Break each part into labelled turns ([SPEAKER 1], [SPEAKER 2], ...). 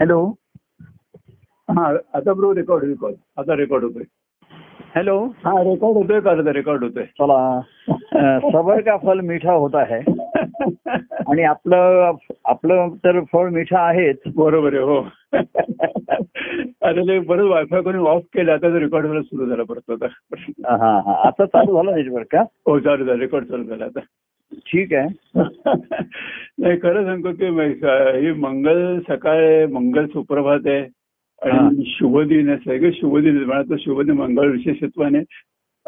[SPEAKER 1] Hello हा आता बरोबर रेकॉर्ड होईल कॉल आता रेकॉर्ड होतोय हॅलो
[SPEAKER 2] हाँ रिकॉर्ड होते
[SPEAKER 1] होतोय का आता रेकॉर्ड होतोय
[SPEAKER 2] चला अं, सबर का फल मीठा होता है आणि आपलं आपलं तर फळ मिठा आहेच
[SPEAKER 1] बरोबर आहे हो आता ते बरंच वायफाय करून ऑफ केलं आता रेकॉर्ड व्हायला सुरू झाला परत आता
[SPEAKER 2] हा हा आता चालू झालं त्याच्यावर का
[SPEAKER 1] हो चालू झालं रेकॉर्ड चालू झाला आता
[SPEAKER 2] ठीक आहे
[SPEAKER 1] नाही खरं सांगतो की म- हे मंगल सकाळ आहे मंगल सुप्रभात आहे
[SPEAKER 2] हा.
[SPEAKER 1] आणि शुभदिन आहे सगळे शुभदिन आहे. मला तो शुभदिन मंगळ विशेषत्वाने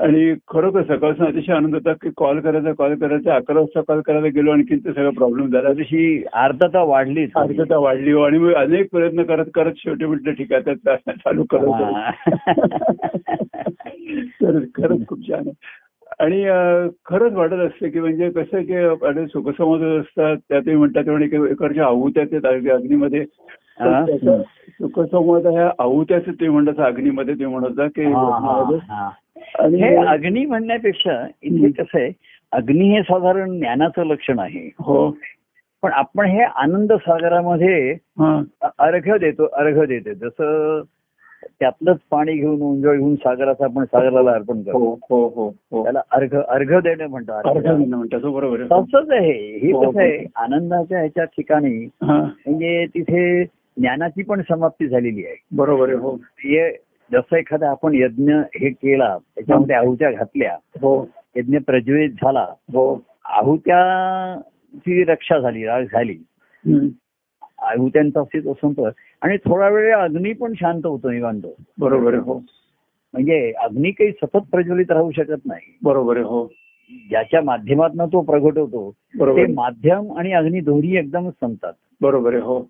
[SPEAKER 1] आणि खरोखर सकाळचा अतिशय आनंद होता की कॉल करायचा कॉल करायचा अकरा वाजता कॉल करायला गेलो आणखी ते सगळा प्रॉब्लेम झाला
[SPEAKER 2] तशी आर्द्रता वाढली
[SPEAKER 1] सार्थता वाढली हो. आणि मी अनेक प्रयत्न करत करत शेवटी म्हटलं ठीक आहे आता चा- चालू करत खरंच खरंच खूप छान आहे. आणि अं, खरंच वाटत असते की म्हणजे कसं की आणि सुखसंवाद असतात त्यातही म्हणतात ते म्हणे की इकडच्या आहुत्या आहेत त्या अग्नीमध्ये
[SPEAKER 2] हा.
[SPEAKER 1] त्याचा सुखसंवाद ह्या आहुत्याचं ते म्हणतात अग्नीमध्ये ते म्हणत होता की
[SPEAKER 2] हा, हा, हा. हे
[SPEAKER 1] आणि
[SPEAKER 2] अग्नी म्हणण्यापेक्षा इथे
[SPEAKER 1] हं.
[SPEAKER 2] कसं आहे अग्नी हे साधारण ज्ञानाचं लक्षण आहे
[SPEAKER 1] हो
[SPEAKER 2] पण आपण हे आनंद सागरामध्ये
[SPEAKER 1] हा
[SPEAKER 2] अर्घ्य देतो अर्घ्य देते जसं त्यातलंच पाणी घेऊन उंजळ घेऊन सागराचा आपण सागराला अर्पण करतो
[SPEAKER 1] हो हो हो हो
[SPEAKER 2] त्याला अर्घ अर्घ देणं म्हणतो
[SPEAKER 1] अर्थ
[SPEAKER 2] अर्घ.
[SPEAKER 1] म्हणतात हो, बरोबर आहे.
[SPEAKER 2] तसंच आहे हे
[SPEAKER 1] हो,
[SPEAKER 2] कसं आहे
[SPEAKER 1] हो.
[SPEAKER 2] आनंदाच्या ह्याच्या ठिकाणी
[SPEAKER 1] हा
[SPEAKER 2] म्हणजे तिथे ज्ञानाची पण समाप्ती झालेली आहे
[SPEAKER 1] बरोबर आहे हो
[SPEAKER 2] हे जसं एखादा आपण यज्ञ हे केला त्याच्यामध्ये आहुत्या घातल्या
[SPEAKER 1] हो
[SPEAKER 2] यज्ञ प्रज्वलित झाला
[SPEAKER 1] हो
[SPEAKER 2] आहुत्याची रक्षा झाली राग झाली
[SPEAKER 1] हम्म.
[SPEAKER 2] आहुत्यांचा अस्तित्व संपलं आणि थोडा वेळ अग्नी पण शांत होतो निवांत
[SPEAKER 1] बरोबर आहे हो
[SPEAKER 2] म्हणजे अग्नी काही सतत प्रज्वलित राहू शकत नाही
[SPEAKER 1] बरोबर आहे हो
[SPEAKER 2] ज्याच्या माध्यमातून तो प्रगटवतो
[SPEAKER 1] बरोबर
[SPEAKER 2] ते
[SPEAKER 1] आहे.
[SPEAKER 2] माध्यम आणि अग्नी दोन्ही एकदमच संपतात
[SPEAKER 1] बरोबर आहे हो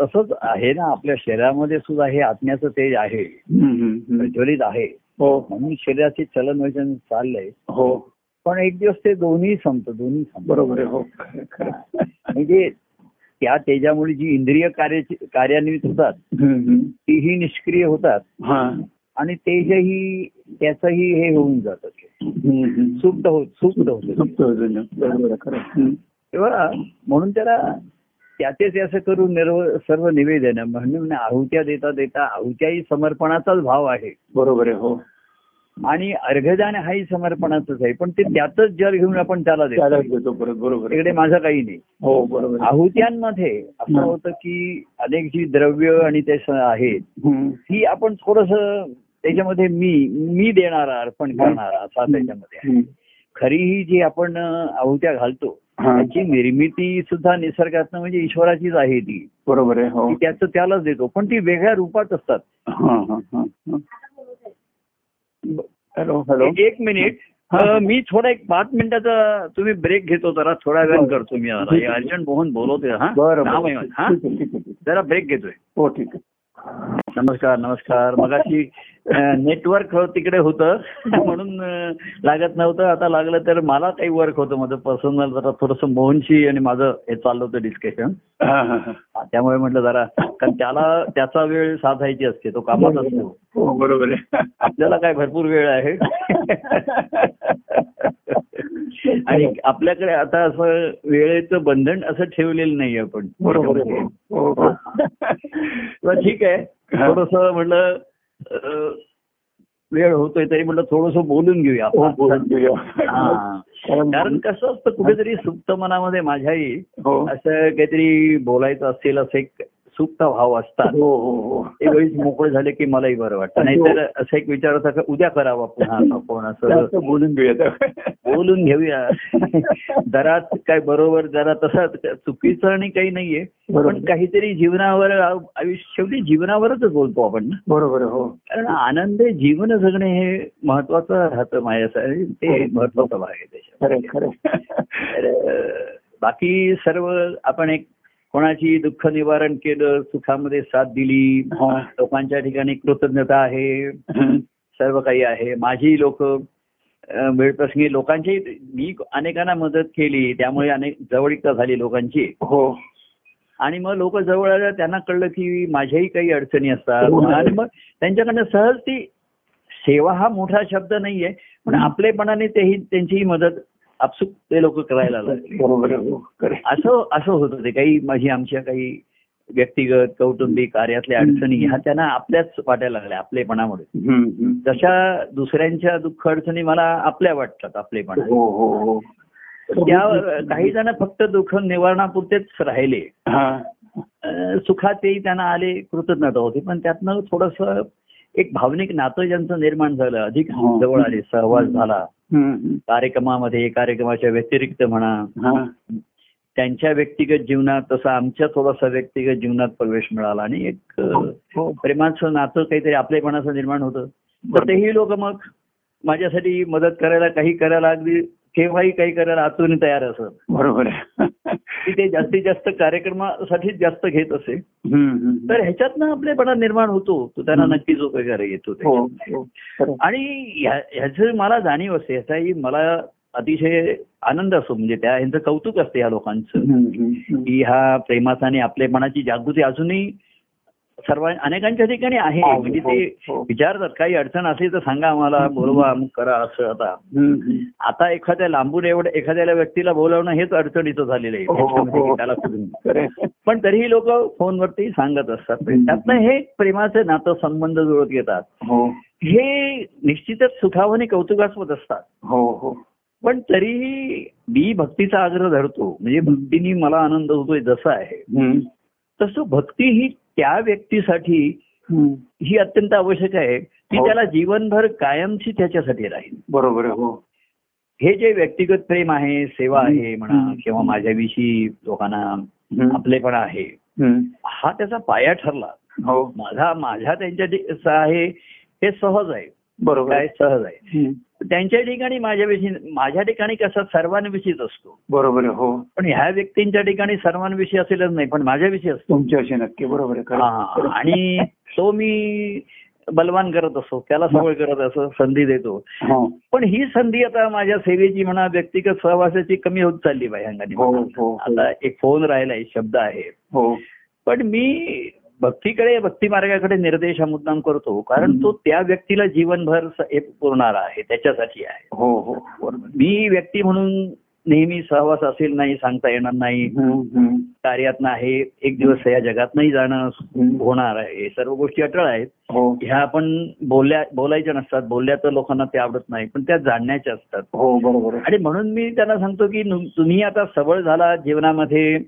[SPEAKER 2] तसंच आहे ना आपल्या शरीरामध्ये सुद्धा हे आत्म्याचं तेज आहे
[SPEAKER 1] हम्म, हम्म, हम्म.
[SPEAKER 2] प्रज्वलित आहे
[SPEAKER 1] हो
[SPEAKER 2] म्हणून शरीराचे चलन वचन चाललंय
[SPEAKER 1] हो
[SPEAKER 2] पण एक दिवस ते दोन्ही संपतं दोन्ही संपतं
[SPEAKER 1] बरोबर आहे हो खरं- खरं.
[SPEAKER 2] म्हणजे त्या तेजामुळे जी इंद्रिय कार्याची कार्यान्वित होतात
[SPEAKER 1] हम्म, हम्म.
[SPEAKER 2] तीही निष्क्रिय होतात
[SPEAKER 1] हा
[SPEAKER 2] आणि तेजही त्याचंही हे होऊन जातं
[SPEAKER 1] हम्म, हम्म.
[SPEAKER 2] सुप्त होत सुप्त होत
[SPEAKER 1] सुप्त होतं ना. बरोबर आहे, खरं. हम्म.
[SPEAKER 2] तेव्हा म्हणून त्याला त्याचे ते असं करून निर्व सर्व निवेदन म्हणून आहुत्या देता देता आहुत्याही समर्पणाचाच भाव आहे
[SPEAKER 1] बरोबर आहे हो
[SPEAKER 2] आणि अर्घदान हाही समर्पणाचंच आहे पण ते त्यातच जल घेऊन आपण त्याला देतो
[SPEAKER 1] त्यालाच देतो परत बरोबर आहे.
[SPEAKER 2] तिकडे माझं काही नाही
[SPEAKER 1] हो बरोबर आहे.
[SPEAKER 2] आहुत्यांमध्ये असं होतं की अनेक जी द्रव्य आणि ते स- आहेत
[SPEAKER 1] हम्म.
[SPEAKER 2] ही आपण थोडस त्याच्यामध्ये मी मी देणारा अर्पण करणारा असा त्याच्यामध्ये आहे.
[SPEAKER 1] हम्म.
[SPEAKER 2] खरी ही जी आपण अ, आहुत्या घालतो
[SPEAKER 1] हा.
[SPEAKER 2] त्याची निर्मिती सुद्धा निसर्गातनं म्हणजे ईश्वराचीच आहे ती
[SPEAKER 1] बरोबर आहे हो
[SPEAKER 2] ती त्याचं त्यालाच देतो पण ती वेगळ्या रूपात असतात
[SPEAKER 1] हा, हा, हा, हा. हॅलो हॅलो
[SPEAKER 2] एक मिनिट
[SPEAKER 1] हा.
[SPEAKER 2] अ, मी थोडा एक पाच मिनिटाचा तुम्ही ब्रेक घेतो जरा थोडा वेळ
[SPEAKER 1] बरं.
[SPEAKER 2] करतो मी
[SPEAKER 1] ठीक आहे.
[SPEAKER 2] अर्जंट मोहन बोलवतोय हा
[SPEAKER 1] बरं
[SPEAKER 2] नाव
[SPEAKER 1] बरं.
[SPEAKER 2] आहे माझं, हा
[SPEAKER 1] ठीक आहे, ठीक आहे, ठीक आहे.
[SPEAKER 2] जरा ब्रेक घेतोय
[SPEAKER 1] हो ठीक आहे
[SPEAKER 2] नमस्कार नमस्कार मगाशी नेटवर्क तिकडे होतं म्हणून अ, लागत नव्हतं आता लागलं तर मला काही वर्क होतं माझं पर्सनल जरा थोडंसं मोहनशी आणि माझं हे चाललं होतं डिस्कशन
[SPEAKER 1] हा, हा, हा.
[SPEAKER 2] त्यामुळे म्हटलं जरा कारण त्याला त्याचा वेळ साधायची असते तो कामात असतो
[SPEAKER 1] हो बरोबर आहे
[SPEAKER 2] आपल्याला काय भरपूर वेळ आहे आणि आपल्याकडे आता असं वेळेचं बंधन असं ठेवलेलं नाही आपण
[SPEAKER 1] बरोबर आहे. हो, हो.
[SPEAKER 2] तर ठीक आहे
[SPEAKER 1] हा.
[SPEAKER 2] थोडस म्हटलं अ, वेळ होतोय तरी म्हटलं थोडस बोलून घेऊया
[SPEAKER 1] हो,
[SPEAKER 2] आपण
[SPEAKER 1] बोलून घेऊया.
[SPEAKER 2] हा. कारण कसं असतं कुठेतरी सुप्त मनामध्ये माझ्याही
[SPEAKER 1] हो
[SPEAKER 2] असं काहीतरी बोलायचं असेल असं एक सुप्त भाव असतात
[SPEAKER 1] हो हो हो
[SPEAKER 2] ते वेळीच मोकळे झाले की मलाही बरं वाटतं नाहीतर असं एक विचार होता का उद्या करावा पुन्हा आपण असं
[SPEAKER 1] जास्त बोलून घेऊया
[SPEAKER 2] बोलून घेऊया दरात काय बरोबर जरा तसा चुकीचं आणि काही नाहीये पण
[SPEAKER 1] बरोबर
[SPEAKER 2] काहीतरी जीवनावर आव- आयुष्य शेवटी जीवनावरच बोलतो आपण ना
[SPEAKER 1] बरोबर आहे, हो
[SPEAKER 2] कारण आनंद जीवन जगणे हे महत्वाचं राहतं माझ्यासाठी ते महत्वाचं भाग आहे
[SPEAKER 1] खरं
[SPEAKER 2] त्याच्यामध्ये
[SPEAKER 1] खरं
[SPEAKER 2] तर, अं, बाकी सर्व आपण एक कोणाची दुःख निवारण केलं सुखामध्ये साथ दिली
[SPEAKER 1] हा.
[SPEAKER 2] लोकांच्या ठिकाणी कृतज्ञता आहे
[SPEAKER 1] हं.
[SPEAKER 2] सर्व काही आहे माझी लोक वेळप्रसंगी लोकांची मी अनेकांना मदत केली त्यामुळे अनेक जवळीकता झाली लोकांची
[SPEAKER 1] हो
[SPEAKER 2] आणि मग लोक जवळ आल्या त्यांना कळलं की माझ्याही काही अडचणी असतात
[SPEAKER 1] हो.
[SPEAKER 2] आणि मग त्यांच्याकडनं सहज ती सेवा हा मोठा शब्द नाहीये पण आपलेपणाने तेही त्यांचीही मदत आपसूक ते लोक करायला लागले
[SPEAKER 1] बरोबर आहे, हो खरं
[SPEAKER 2] असं असं होत ते काही माझी आमच्या काही व्यक्तिगत कौटुंबिक कार्यातल्या अडचणी ह्या त्यांना आपल्याच वाटायला लागल्या आपलेपणामुळे
[SPEAKER 1] हम्म, हम्म.
[SPEAKER 2] जशा दुसऱ्यांच्या दुःख अडचणी मला आपल्या वाटतात आपलेपणा
[SPEAKER 1] हो हो हो
[SPEAKER 2] त्या काही जण फक्त दुःख निवारणापुरतेच राहिले
[SPEAKER 1] हा
[SPEAKER 2] अं, सुखातही त्यांना आले कृतज्ञता होती पण त्यातनं थोडस एक भावनिक नातं ज्यांचं निर्माण झालं अधिक
[SPEAKER 1] हो.
[SPEAKER 2] जवळ आले सहवास झाला
[SPEAKER 1] हम्म, हम्म.
[SPEAKER 2] कार्यक्रमामध्ये कार्यक्रमाच्या व्यतिरिक्त म्हणा
[SPEAKER 1] हा
[SPEAKER 2] त्यांच्या व्यक्तिगत जीवनात तसा आमच्या थोडासा व्यक्तिगत जीवनात प्रवेश मिळाला आणि एक अं,
[SPEAKER 1] हो.
[SPEAKER 2] प्रेमाचं नातं काहीतरी आपलेपणाचं निर्माण होतं तर तेही लोक मग माझ्यासाठी मदत करायला काही करायला अगदी केव्हाही काही करायला आतून तयार असत
[SPEAKER 1] बरोबर आहे
[SPEAKER 2] की ते जास्तीत जास्त कार्यक्रमासाठीच जास्त घेत असे
[SPEAKER 1] हम्म, हम्म.
[SPEAKER 2] तर ह्याच्यातनं आपलेपणा निर्माण होतो तो त्यांना
[SPEAKER 1] हम्म.
[SPEAKER 2] नक्कीच उपकार येतो
[SPEAKER 1] हो
[SPEAKER 2] त्याच्यात.
[SPEAKER 1] हो. खरं.
[SPEAKER 2] आणि ह्या- ह्याचं मला जाणीव असते ह्याचाही मला अतिशय आनंद असतो म्हणजे त्या ह्यांचं कौतुक असते ह्या लोकांचं
[SPEAKER 1] हम्म, हम्म, हम्म.
[SPEAKER 2] की ह्या प्रेमाचा आणि आपलेपणाची जागृती अजूनही सर्व अनेकांच्या ठिकाणी आहे
[SPEAKER 1] आहे,
[SPEAKER 2] म्हणजे
[SPEAKER 1] हो,
[SPEAKER 2] ते
[SPEAKER 1] हो.
[SPEAKER 2] विचारतात काही अडचण असली तर सांगा आम्हाला बोलवा अमुक करा असं आता
[SPEAKER 1] हम्म, हम्म.
[SPEAKER 2] आता एखाद्या लांबून एवढं एखाद्याला व्यक्तीला बोलावणं हेच अडचणीचं झालेलं आहे
[SPEAKER 1] हो, हो,
[SPEAKER 2] त्याच्यामध्ये
[SPEAKER 1] हो.
[SPEAKER 2] त्याला सोडून.
[SPEAKER 1] खरं आहे.
[SPEAKER 2] पण तरीही लोक फोनवरती सांगत असतात
[SPEAKER 1] हम्म.
[SPEAKER 2] त्यातनं हे प्रेमाचे नातं संबंध जुळत घेतात
[SPEAKER 1] हो
[SPEAKER 2] हे निश्चितच सुखावं आणि कौतुकास्पद असतात
[SPEAKER 1] हो हो
[SPEAKER 2] पण तरीही मी भक्तीचा आग्रह धरतो म्हणजे भक्तीने मला आनंद होतोय जसा आहे
[SPEAKER 1] हम्म,
[SPEAKER 2] तसं भक्ती ही त्या व्यक्तीसाठी
[SPEAKER 1] हम्म.
[SPEAKER 2] ही अत्यंत आवश्यक आहे ती
[SPEAKER 1] हो.
[SPEAKER 2] त्याला जीवनभर कायमची त्याच्यासाठी राहील
[SPEAKER 1] बरोबर आहे, हो
[SPEAKER 2] हे जे व्यक्तिगत प्रेम आहे सेवा आहे म्हणा
[SPEAKER 1] हम्म.
[SPEAKER 2] किंवा माझ्याविषयी लोकांना
[SPEAKER 1] हम्म,
[SPEAKER 2] आपलेपणा आहे
[SPEAKER 1] हम्म.
[SPEAKER 2] हा त्याचा पाया ठरला
[SPEAKER 1] हो
[SPEAKER 2] माझा माझ्या त्यांच्या ठि- सा आहे हे सहज आहे
[SPEAKER 1] बरोबर
[SPEAKER 2] काय
[SPEAKER 1] आहे.
[SPEAKER 2] सहज आहे
[SPEAKER 1] हम्म,
[SPEAKER 2] त्यांच्या ठिकाणी माझ्याविषयी माझ्या ठिकाणी कसं सर्वांविषयीच असतो
[SPEAKER 1] बरोबर आहे, हो
[SPEAKER 2] पण ह्या व्यक्तींच्या ठिकाणी सर्वांविषयी असेलच नाही पण माझ्याविषयी असतो
[SPEAKER 1] तुमच्याशी नक्की बरोबर आहे खरं आहे, खरं
[SPEAKER 2] हा,
[SPEAKER 1] आहे.
[SPEAKER 2] आणि तो मी बलवान करत असतो त्याला सवय करत असो संधी देतो
[SPEAKER 1] हो
[SPEAKER 2] पण ही संधी आता माझ्या सेवेची म्हणा व्यक्तिगत सहवासाची कमी होत चालली बाह्यांनी
[SPEAKER 1] हो, हो, हो.
[SPEAKER 2] आता एक फोन राहिलाय शब्द आहे
[SPEAKER 1] हो
[SPEAKER 2] पण मी भक्तीकडे भक्ती मार्गाकडे निर्देश हा मुद्दाम करतो कारण तो त्या व्यक्तीला जीवनभर स- हे पुरणारा आहे त्याच्यासाठी आहे
[SPEAKER 1] हो हो बरोबर
[SPEAKER 2] मी व्यक्ती म्हणून नेहमी सहवास असेल नाही सांगता येणार नाही
[SPEAKER 1] हम्म, हम्म,
[SPEAKER 2] कार्यात नाही एक दिवस या जगात नाही जाणं
[SPEAKER 1] हम्म.
[SPEAKER 2] होणार आहे हे सर्व गोष्टी अटळ आहेत
[SPEAKER 1] हो
[SPEAKER 2] ह्या आपण बोलल्या बोलायच्या नसतात बोलल्या तर लोकांना ते आवडत नाही पण त्या जाणण्याच्या असतात
[SPEAKER 1] हो बरोबर आहे.
[SPEAKER 2] आणि म्हणून मी त्यांना सांगतो की नु- तुम्ही आता सबळ झाला जीवनामध्ये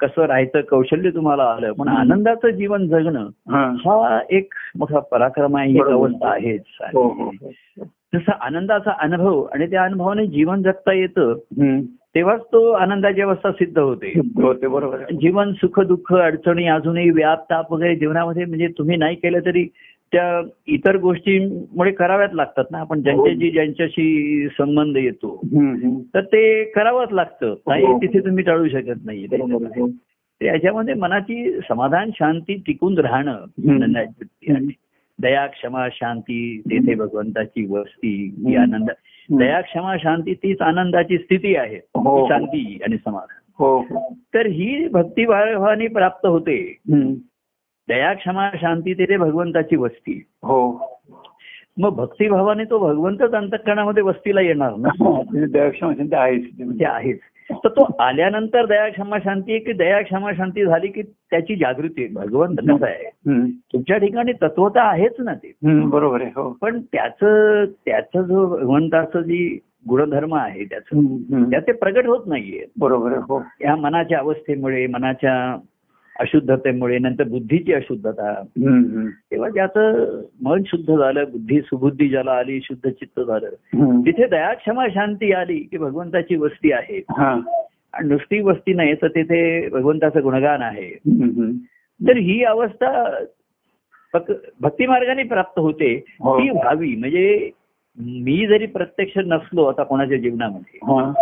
[SPEAKER 2] कसं राहायचं कौशल्य तुम्हाला आलं पण आनंदाचं जीवन जगणं
[SPEAKER 1] हा.
[SPEAKER 2] हा एक मोठा पराक्रम आहे ही एक
[SPEAKER 1] बरोबर.
[SPEAKER 2] अवस्था आहेच
[SPEAKER 1] हो हो हो.
[SPEAKER 2] जसं आनंदाचा अनुभव आणि त्या अनुभवाने जीवन जगता येतं
[SPEAKER 1] हम्म.
[SPEAKER 2] तेव्हाच तो आनंदाची अवस्था सिद्ध होते
[SPEAKER 1] हो ते बरोबर आहे.
[SPEAKER 2] जीवन सुख दुःख अडचणी अजूनही व्याप ताप वगैरे जीवनामध्ये म्हणजे तुम्ही नाही केलं तरी त्या इतर गोष्टीमुळे कराव्याच लागतात ना आपण ज्यांच्याशी
[SPEAKER 1] हो.
[SPEAKER 2] ज्यांच्याशी संबंध येतो
[SPEAKER 1] हम्म, हम्म.
[SPEAKER 2] तर ते करावंच लागतं काही
[SPEAKER 1] हो.
[SPEAKER 2] तिथे तुम्ही टाळू शकत नाही
[SPEAKER 1] बरोबर आहे, हो.
[SPEAKER 2] तर याच्यामध्ये मनाची समाधान शांती टिकून राहणं
[SPEAKER 1] हम्म.
[SPEAKER 2] आनंदाची वृत्ती आहे. दया क्षमा शांती तेथे भगवंताची वस्ती ही
[SPEAKER 1] हम्म.
[SPEAKER 2] आनंद दया क्षमा शांती तीच आनंदाची स्थिती आहे
[SPEAKER 1] हो.
[SPEAKER 2] ती शांती आणि समाधान
[SPEAKER 1] हो हो
[SPEAKER 2] तर ही भक्तिभावाने प्राप्त होते
[SPEAKER 1] हम्म.
[SPEAKER 2] दया क्षमा शांती तेथे भगवंताची वस्ती
[SPEAKER 1] हो
[SPEAKER 2] मग भक्तिभावाने तो भगवंतच अंतकरणामध्ये वस्तीला येणार ना
[SPEAKER 1] तिथे दयाक्षमा शांती आहेच तिथे
[SPEAKER 2] ते
[SPEAKER 1] म्हणजे.
[SPEAKER 2] आहेच तर तो आल्यानंतर दया क्षमा शांती की दया क्षमा शांती झाली की त्याची जागृती भगवंत कसं आहे
[SPEAKER 1] हम्म.
[SPEAKER 2] तुमच्या ठिकाणी तत्वता आहेच ना ते
[SPEAKER 1] हम्म, बरोबर आहे हो
[SPEAKER 2] पण त्याचं त्याचं जो भगवंताचं जी गुणधर्म आहे त्याचं
[SPEAKER 1] हम्म, हम्म.
[SPEAKER 2] त्यात ते प्रगट होत नाहीये
[SPEAKER 1] बरोबर आहे हो
[SPEAKER 2] या मनाच्या अवस्थेमुळे मनाच्या अशुद्धतेमुळे नंतर बुद्धीची अशुद्धता
[SPEAKER 1] हम्म, हम्म.
[SPEAKER 2] तेव्हा ज्याचं मन शुद्ध झालं बुद्धी सुबुद्धी ज्याला आली शुद्ध चित्त झालं
[SPEAKER 1] हम्म.
[SPEAKER 2] तिथे दया क्षमा शांती आली की भगवंताची वस्ती आहे
[SPEAKER 1] हा
[SPEAKER 2] आणि नुसती वस्ती नाही तर तिथे भगवंताचं गुणगान आहे
[SPEAKER 1] हम्म, हम्म.
[SPEAKER 2] तर ही अवस्था भक- भक्ती मार्गाने प्राप्त होते
[SPEAKER 1] हो.
[SPEAKER 2] ती व्हावी म्हणजे मी जरी प्रत्यक्ष नसलो आता कोणाच्या जीवनामध्ये
[SPEAKER 1] हा.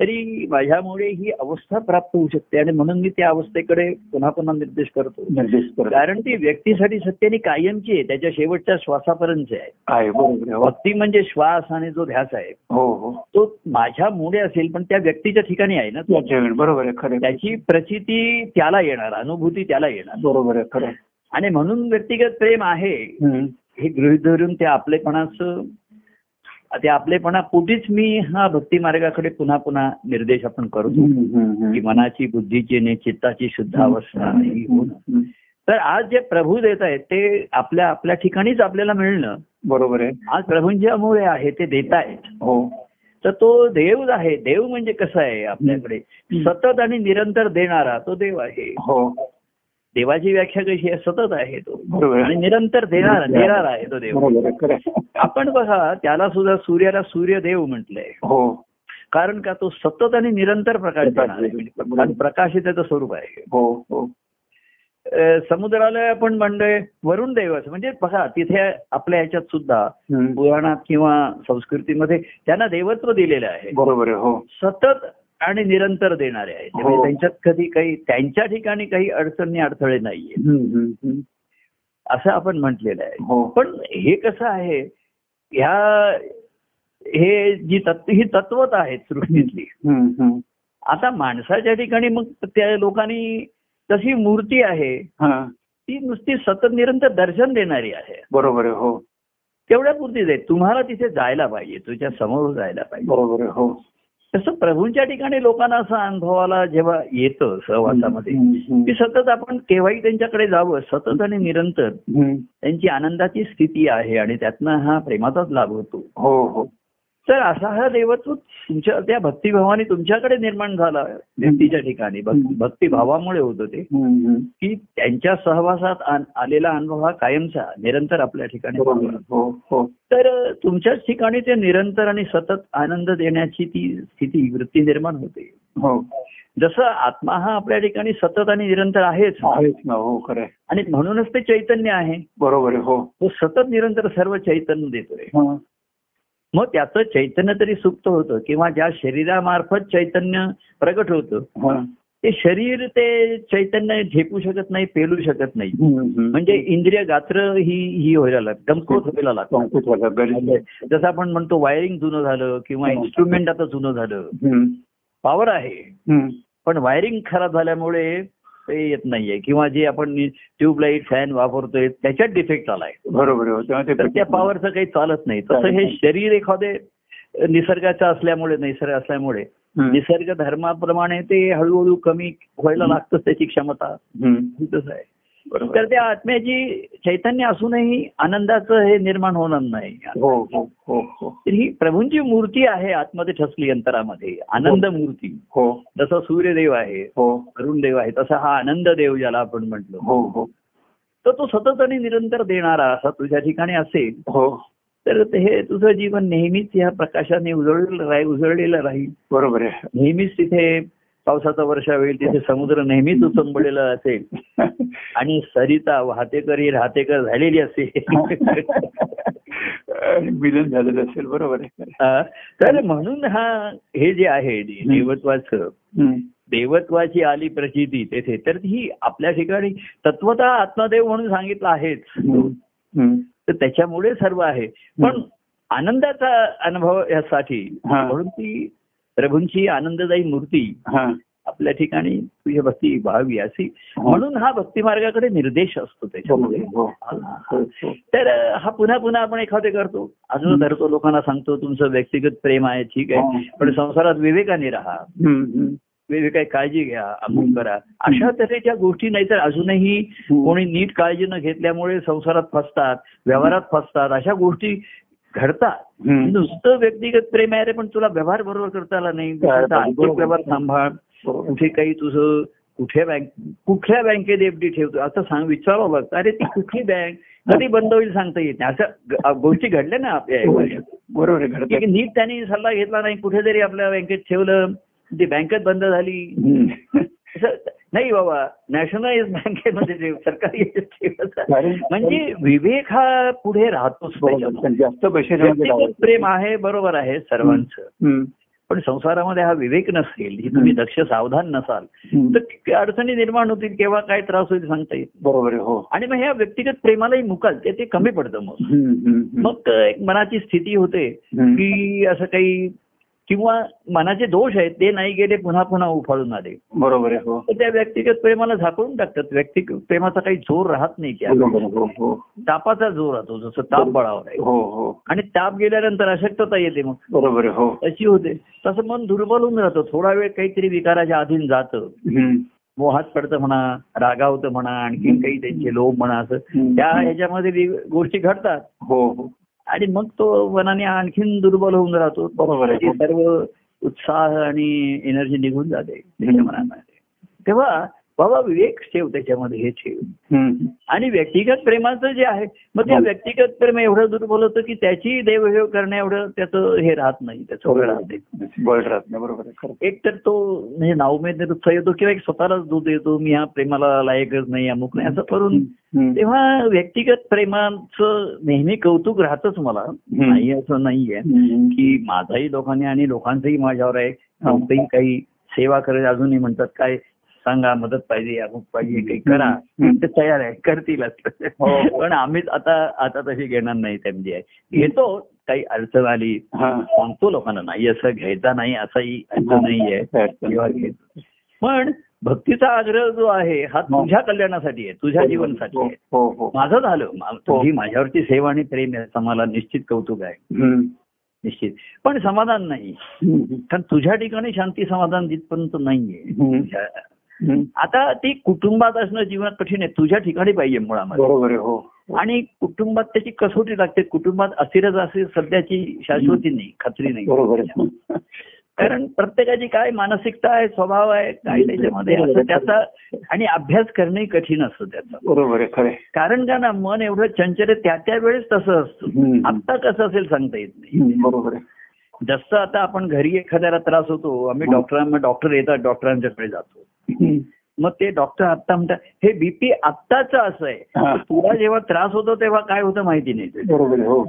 [SPEAKER 2] तरी माझ्यामुळे ही अवस्था प्राप्त होऊ शकते आणि म्हणून मी त्या अवस्थेकडे पुन्हा पुन्हा निर्देश करतो
[SPEAKER 1] निर्देश करत
[SPEAKER 2] कारण ती व्यक्तीसाठी सत्याने कायमची आहे त्याच्या शेवटच्या श्वासापर्यंत आहे
[SPEAKER 1] आहे बरोबर आहे हो.
[SPEAKER 2] भक्ती म्हणजे श्वास आणि जो ध्यास आहे
[SPEAKER 1] हो हो
[SPEAKER 2] तो माझ्यामुळे असेल पण त्या व्यक्तीच्या ठिकाणी आहे ना तो.
[SPEAKER 1] याच्या वेळी बरोबर आहे खरं आहे.
[SPEAKER 2] त्याची प्रचिती त्याला येणार अनुभूती त्याला येणार
[SPEAKER 1] बरोबर आहे खरं आहे.
[SPEAKER 2] आणि म्हणून व्यक्तिगत प्रेम आहे
[SPEAKER 1] हम्म.
[SPEAKER 2] हे गृहित धरून त्या आपलेपणाचं ते आपलेपणा कुठेच मी हा भक्ती मार्गाकडे पुन्हा पुन्हा निर्देश आपण करतो की मनाची बुद्धीची आणि चित्ताची शुद्ध अवस्था ही होणं तर आज जे प्रभू देत आहेत ते आपल्या आपल्या ठिकाणीच आपल्याला मिळणं
[SPEAKER 1] बरोबर आहे
[SPEAKER 2] आज प्रभूंच्यामुळे आहे ते देत आहेत
[SPEAKER 1] हो
[SPEAKER 2] तर तो देव आहे देव म्हणजे कसं आहे आपल्याकडे सतत आणि निरंतर देणारा तो देव आहे
[SPEAKER 1] हो
[SPEAKER 2] देवाची व्याख्या कशी आहे सतत आहे तो
[SPEAKER 1] बरोबर
[SPEAKER 2] आणि
[SPEAKER 1] आहे
[SPEAKER 2] निरंतर देणारा देणारा आहे तो देव
[SPEAKER 1] बरोबर आहे, खरं आहे.
[SPEAKER 2] आपण बघा त्याला सुद्धा सूर्याला सूर्यदेव म्हटलंय
[SPEAKER 1] हो
[SPEAKER 2] कारण का तो सतत आणि निरंतर प्रकाश देणारा आहे.
[SPEAKER 1] म्हणजे
[SPEAKER 2] म्हणजे आणि प्रकाश हे त्याचं स्वरूप आहे
[SPEAKER 1] हो हो
[SPEAKER 2] अ, समुद्राला आपण म्हणतोय वरुण दैवत म्हणजे बघा तिथे आपल्या ह्याच्यात सुद्धा
[SPEAKER 1] हम्म.
[SPEAKER 2] पुराणात किंवा संस्कृतीमध्ये त्यांना देवत्व दिलेलं आहे
[SPEAKER 1] बरोबर आहे हो
[SPEAKER 2] सतत आणि निरंतर देणारे आहेत त्यामुळे
[SPEAKER 1] हो.
[SPEAKER 2] त्यांच्यात कधी काही त्यांच्या ठिकाणी काही अडचणी अडथळे नाहीये
[SPEAKER 1] हम्म, हम्म, हम्म.
[SPEAKER 2] असं आपण म्हटलेलं आहे
[SPEAKER 1] हो
[SPEAKER 2] पण हे कसं आहे ह्या हे जी तत्व ही तत्वत आहेत सृष्टीतली
[SPEAKER 1] हम्म, हम्म.
[SPEAKER 2] आता माणसाच्या ठिकाणी मग त्या लोकांनी तशी मूर्ती आहे
[SPEAKER 1] हा
[SPEAKER 2] ती नुसती सतत निरंतर दर्शन देणारी आहे
[SPEAKER 1] बरोबर आहे हो
[SPEAKER 2] तेवढ्या पुरतीच आहे तुम्हाला तिथे जायला पाहिजे तुझ्या समोर जायला पाहिजे
[SPEAKER 1] बरोबर आहे हो
[SPEAKER 2] तसं प्रभूंच्या ठिकाणी लोकांना असं अनुभवाला जेव्हा येतं सहवासामध्ये
[SPEAKER 1] हम्म, हम्म.
[SPEAKER 2] की सतत आपण केव्हाही त्यांच्याकडे जावं सतत आणि निरंतर
[SPEAKER 1] हम्म.
[SPEAKER 2] त्यांची आनंदाची स्थिती आहे आणि त्यातनं हा प्रेमाचाच लाभ होतो
[SPEAKER 1] हो हो
[SPEAKER 2] तर असा हा देवत्व तुमच्या त्या भक्तिभावाने तुमच्याकडे निर्माण झाला व्यक्तीच्या ठिकाणी भक्- भक्तिभावामुळे होतं ते
[SPEAKER 1] हम्म, हम्म.
[SPEAKER 2] की त्यांच्या सहवासात आन- आलेला अनुभव हा कायमचा निरंतर आपल्या ठिकाणी
[SPEAKER 1] बरोबर आहे. हो हो
[SPEAKER 2] तर तुमच्याच ठिकाणी ते निरंतर आणि सतत आनंद देण्याची ती स्थिती वृत्ती निर्माण होते
[SPEAKER 1] हो
[SPEAKER 2] जसं आत्मा हा आपल्या ठिकाणी सतत आणि निरंतर आहेच
[SPEAKER 1] आहेच ना हो खरं आहे.
[SPEAKER 2] आणि म्हणूनच ते चैतन्य आहे
[SPEAKER 1] बरोबर आहे हो
[SPEAKER 2] तो सतत निरंतर सर्व चैतन्य देतोय
[SPEAKER 1] हा.
[SPEAKER 2] मग त्याचं चैतन्य तरी सुप्त होतं किंवा ज्या शरीरामार्फत चैतन्य प्रगट होतं
[SPEAKER 1] हा.
[SPEAKER 2] ते शरीर ते चैतन्य झेपू शकत नाही पेलू शकत नाही
[SPEAKER 1] हम्म, हम्म.
[SPEAKER 2] म्हणजे इंद्रिय गात्र ही ही व्हायला लागत कमकुवत व्हायला लागतात
[SPEAKER 1] संकुच होता गरीब
[SPEAKER 2] जसं आपण म्हणतो वायरिंग जुनं झालं किंवा
[SPEAKER 1] हो.
[SPEAKER 2] इन्स्ट्रुमेंट आता जुनं झालं
[SPEAKER 1] हम्म,
[SPEAKER 2] पॉवर आहे
[SPEAKER 1] हम्म.
[SPEAKER 2] पण वायरिंग खराब झाल्यामुळे ते येत नाहीये किंवा जे आपण ट्यूबलाईट फॅन वापरतोय त्याच्यात डिफेक्ट आलाय
[SPEAKER 1] बरोबर आहे हो. तेव्हा ते
[SPEAKER 2] तर त्या पॉवरचं काही चालत नाही तसं
[SPEAKER 1] चालत
[SPEAKER 2] हे
[SPEAKER 1] नाही.
[SPEAKER 2] शरीर एखादे निसर्गाचं असल्यामुळे निसर्ग असल्यामुळे
[SPEAKER 1] हम्म,
[SPEAKER 2] निसर्ग धर्माप्रमाणे ते हळूहळू कमी व्हायला
[SPEAKER 1] हम्म.
[SPEAKER 2] लागतं त्याची क्षमता
[SPEAKER 1] हम्म.
[SPEAKER 2] तसं आहे
[SPEAKER 1] बरोबर
[SPEAKER 2] तर
[SPEAKER 1] आहे.
[SPEAKER 2] त्या आत्म्याची चैतन्य असूनही आनंदाचं हे निर्माण होणार नाही
[SPEAKER 1] हो हो हो हो
[SPEAKER 2] तर ही प्रभूंची मूर्ती आहे आतमध्ये ठसली अंतरामध्ये आनंद मूर्ती
[SPEAKER 1] हो
[SPEAKER 2] जसा सूर्यदेव आहे
[SPEAKER 1] हो
[SPEAKER 2] अरुण देव आहे तसा हा आनंद देव ज्याला आपण म्हटलो
[SPEAKER 1] हो हो
[SPEAKER 2] तर तो सतत आणि निरंतर देणारा असा तुझ्या ठिकाणी असेल
[SPEAKER 1] हो
[SPEAKER 2] तर ते- हे तुझं जीवन नेहमीच या प्रकाशाने उजळलेलं राहील उजळलेलं राहील
[SPEAKER 1] बरोबर आहे
[SPEAKER 2] नेहमीच तिथे पावसाचा वर्षा होईल तिथे समुद्र नेहमीच उचंबलेला असेल आणि सरिता वाहतेकरी राहतेकर झालेली असेल
[SPEAKER 1] आणि मिलन झालेलं असेल बरोबर आहे खरं आहे.
[SPEAKER 2] हा, तर म्हणून हा हे जे आहे दे- देवत्वाचं
[SPEAKER 1] हम्म.
[SPEAKER 2] देवत्वाची आली प्रचिती तेथे तर ही आपल्या ठिकाणी तत्वता आत्मदेव म्हणून सांगितलं आहेच
[SPEAKER 1] हम्म. हम्म.
[SPEAKER 2] तर त्याच्यामुळे सर्व आहे पण आनंदाचा अनुभव यासाठी
[SPEAKER 1] हा.
[SPEAKER 2] म्हणून ती प्रभूंची आनंददायी मूर्ती
[SPEAKER 1] हा.
[SPEAKER 2] आपल्या ठिकाणी तुझ्या भक्ती व्हावी अशी म्हणून हा भक्ती मार्गाकडे निर्देश असतो
[SPEAKER 1] बरोबर
[SPEAKER 2] त्याच्यामध्ये
[SPEAKER 1] आहे. हो हो, हो.
[SPEAKER 2] तर अं, हा पुन्हा पुन्हा आपण एखादे करतो अजून
[SPEAKER 1] हम्म.
[SPEAKER 2] धरतो लोकांना सांगतो तुमचं व्यक्तिगत प्रेम आहे ठीक
[SPEAKER 1] हा.
[SPEAKER 2] आहे पण संसारात विवेकाने राहा
[SPEAKER 1] हम्म, हम्म.
[SPEAKER 2] विवेकाने काळजी घ्या अमुक
[SPEAKER 1] हम्म. हो.
[SPEAKER 2] करा अशा तऱ्हेच्या गोष्टी नाही तर अजूनही
[SPEAKER 1] हम्म.
[SPEAKER 2] कोणी नीट काळजी न घेतल्यामुळे संसारात फसतात व्यवहारात फसतात अशा गोष्टी घडतात
[SPEAKER 1] हम्म.
[SPEAKER 2] नुसतं व्यक्तिगत प्रेम आहे रे पण तुला व्यवहार बरोबर करता आला नाही
[SPEAKER 1] काय
[SPEAKER 2] तुझा आर्थिक
[SPEAKER 1] बरोबर.
[SPEAKER 2] व्यवहार सांभाळ
[SPEAKER 1] बरोबर.
[SPEAKER 2] कुठे काही तुझं कुठे बँक कुठल्या बँकेत एफडी ठेवतो असं सांग विचारावं लागतं अरे ती कुठली बँक कधी बंद होईल सांगता येत नाही अशा ग- गोष्टी घडल्या ना आपल्या
[SPEAKER 1] हो.
[SPEAKER 2] आयुष्यात.
[SPEAKER 1] बरोबर आहे घडत
[SPEAKER 2] की नीट त्यांनी सल्ला घेतला नाही कुठेतरी आपल्या बँकेत ठेवलं ती बँकेत बंद झाली असं नाही बाबा नॅशनलाइज बँकेमध्ये ठेव म्हणजे सरकारी याच्यात ठेवायचा.
[SPEAKER 1] कारण
[SPEAKER 2] म्हणजे विवेक हा पुढे राहतोच त्याच्यामध्ये.
[SPEAKER 1] पण जास्त पैसे म्हणजे
[SPEAKER 2] व्यक्तिगत प्रेम आहे बरोबर आहे सर्वांचं
[SPEAKER 1] हम्म.
[SPEAKER 2] पण संसारामध्ये हा विवेक नसेल ही तुम्ही दक्ष सावधान नसाल
[SPEAKER 1] हम्म.
[SPEAKER 2] तर किती अडचणी निर्माण होतील केव्हा काय त्रास होईल सांगता येईल
[SPEAKER 1] बरोबर आहे हो
[SPEAKER 2] आणि मग ह्या व्यक्तिगत प्रेमालाही मुकाल ते ते कमी पडतं मग
[SPEAKER 1] हम्म, हम्म, हम्म.
[SPEAKER 2] मग एक मनाची स्थिती होते
[SPEAKER 1] हम्म.
[SPEAKER 2] की असं काही किंवा मनाचे दोष आहेत ते नाही गेले पुन्हा पुन्हा उफाळून आले
[SPEAKER 1] बरोबर आहे हो
[SPEAKER 2] तर त्या व्यक्तिगत प्रेमाला झाकळून टाकतात व्यक्तिगत प्रेमाचा काही जोर राहत नाही त्या
[SPEAKER 1] हो हो
[SPEAKER 2] तापाचा जोर राहतो जसं ताप बळावर आहे
[SPEAKER 1] हो हो
[SPEAKER 2] आणि ताप गेल्यानंतर अशक्तता येते मग
[SPEAKER 1] बरोबर आहे हो
[SPEAKER 2] अशी होते तसं मन दुर्बल होऊन जातं थोडा वेळ काहीतरी विकाराच्या अधीन जातं
[SPEAKER 1] हम्म.
[SPEAKER 2] मोहात पडतं म्हणा रागावतं म्हणा आणखीन काही त्यांचे लोभ म्हणा असं त्या ह्याच्यामध्ये वि- गोष्टी घडतात
[SPEAKER 1] हो हो
[SPEAKER 2] आणि मग तो मनाने आणखीन दुर्बल होऊन राहतो
[SPEAKER 1] बरोबर आहे.
[SPEAKER 2] त्याची सर्व उत्साह आणि एनर्जी निघून जाते त्याच्या
[SPEAKER 1] हम्म.
[SPEAKER 2] मनामध्ये तेव्हा बाबा विवेक ठेव त्याच्यामध्ये हे ठेव
[SPEAKER 1] हम्म.
[SPEAKER 2] आणि व्यक्तिगत प्रेमाचं जे आहे मग ते
[SPEAKER 1] हो.
[SPEAKER 2] व्यक्तिगत प्रेम एवढं दुर्बल होतं की त्याची देवघेव करण्या एवढं त्याचं हे राहत नाही त्याचं वेळ राहत नाही
[SPEAKER 1] बळ राहत नाही बरोबर आहे खरं.
[SPEAKER 2] एक तर तो म्हणजे नावमेद निरुत्साह येतो किंवा एक स्वतःलाच दूध येतो मी ह्या प्रेमाला लायकच नाही अमुक नाही असं करून
[SPEAKER 1] हम्म.
[SPEAKER 2] तेव्हा व्यक्तिगत प्रेमाचं नेहमी कौतुक राहतच मला
[SPEAKER 1] हम्म.
[SPEAKER 2] नाही असं नाहीये
[SPEAKER 1] हम्म.
[SPEAKER 2] की माझाही लोकांनी आणि लोकांचंही माझ्यावर आहे
[SPEAKER 1] हो.
[SPEAKER 2] कोणतीही काही सेवा करत अजूनही म्हणतात काय सांगा मदत पाहिजे अमुक पाहिजे काही करा
[SPEAKER 1] हम्म.
[SPEAKER 2] ते तयार आहे करतीलच
[SPEAKER 1] हो, हो.
[SPEAKER 2] पण आम्हीच आता आता तशी घेणार नाही त्यांची आहे घेतो काही अडचण आली
[SPEAKER 1] हा.
[SPEAKER 2] सांगतो लोकांना नाही असं घ्यायचा नाही असाही अडचण नाहीये किंवा घेतो. पण भक्तीचा आग्रह जो आहे हा
[SPEAKER 1] हो.
[SPEAKER 2] तुझ्या कल्याणासाठी आहे तुझ्या जीवनासाठी
[SPEAKER 1] हो
[SPEAKER 2] आहे
[SPEAKER 1] हो हो
[SPEAKER 2] माझं झालं मा- तुझी माझ्यावरची सेवा आणि प्रेम याचा मला निश्चित कौतुक आहे
[SPEAKER 1] हम्म.
[SPEAKER 2] निश्चित पण समाधान नाही
[SPEAKER 1] हम्म.
[SPEAKER 2] कारण तुझ्या ठिकाणी शांती समाधान जिथपर्यंत नाहीये
[SPEAKER 1] हम्म.
[SPEAKER 2] तुझ्या-
[SPEAKER 1] हम्म.
[SPEAKER 2] आता ती कुटुंबात असणं जीवनात कठीण आहे तुझ्या ठिकाणी पाहिजे मुळामध्ये
[SPEAKER 1] बरोबर आहे हो
[SPEAKER 2] आणि कुटुंबात त्याची कसोटी लागते कुटुंबात अस्थिरता असे सध्याची शाश्वती नाही खात्री
[SPEAKER 1] बरोबर
[SPEAKER 2] नाही
[SPEAKER 1] आहे
[SPEAKER 2] कारण प्रत्येकाची काय मानसिकता आहे स्वभाव आहे काय त्याच्यामध्ये असं त्याचा आणि अभ्यास करणंही कठीण असतं त्याचा
[SPEAKER 1] बरोबर आहे खरे
[SPEAKER 2] कारण का ना मन एवढं चंचल आहे त्या त्या वेळेस तसं असतं
[SPEAKER 1] हम्म.
[SPEAKER 2] आत्ता कसं असेल सांगता येत नाही
[SPEAKER 1] बरोबर आहे
[SPEAKER 2] जसं आता आपण घरी एखाद्याला त्रास होतो आम्ही डॉक्टरांना डॉक्टर येतात डॉक्टरांच्याकडे जातो
[SPEAKER 1] हम्म.
[SPEAKER 2] मग ते डॉक्टर आत्ता म्हणतात हे बीपी आत्ताचं असं आहे
[SPEAKER 1] हा.
[SPEAKER 2] तुला जेव्हा त्रास होतो तेव्हा काय होतं माहिती नाही तुला.
[SPEAKER 1] बरोबर आहे हो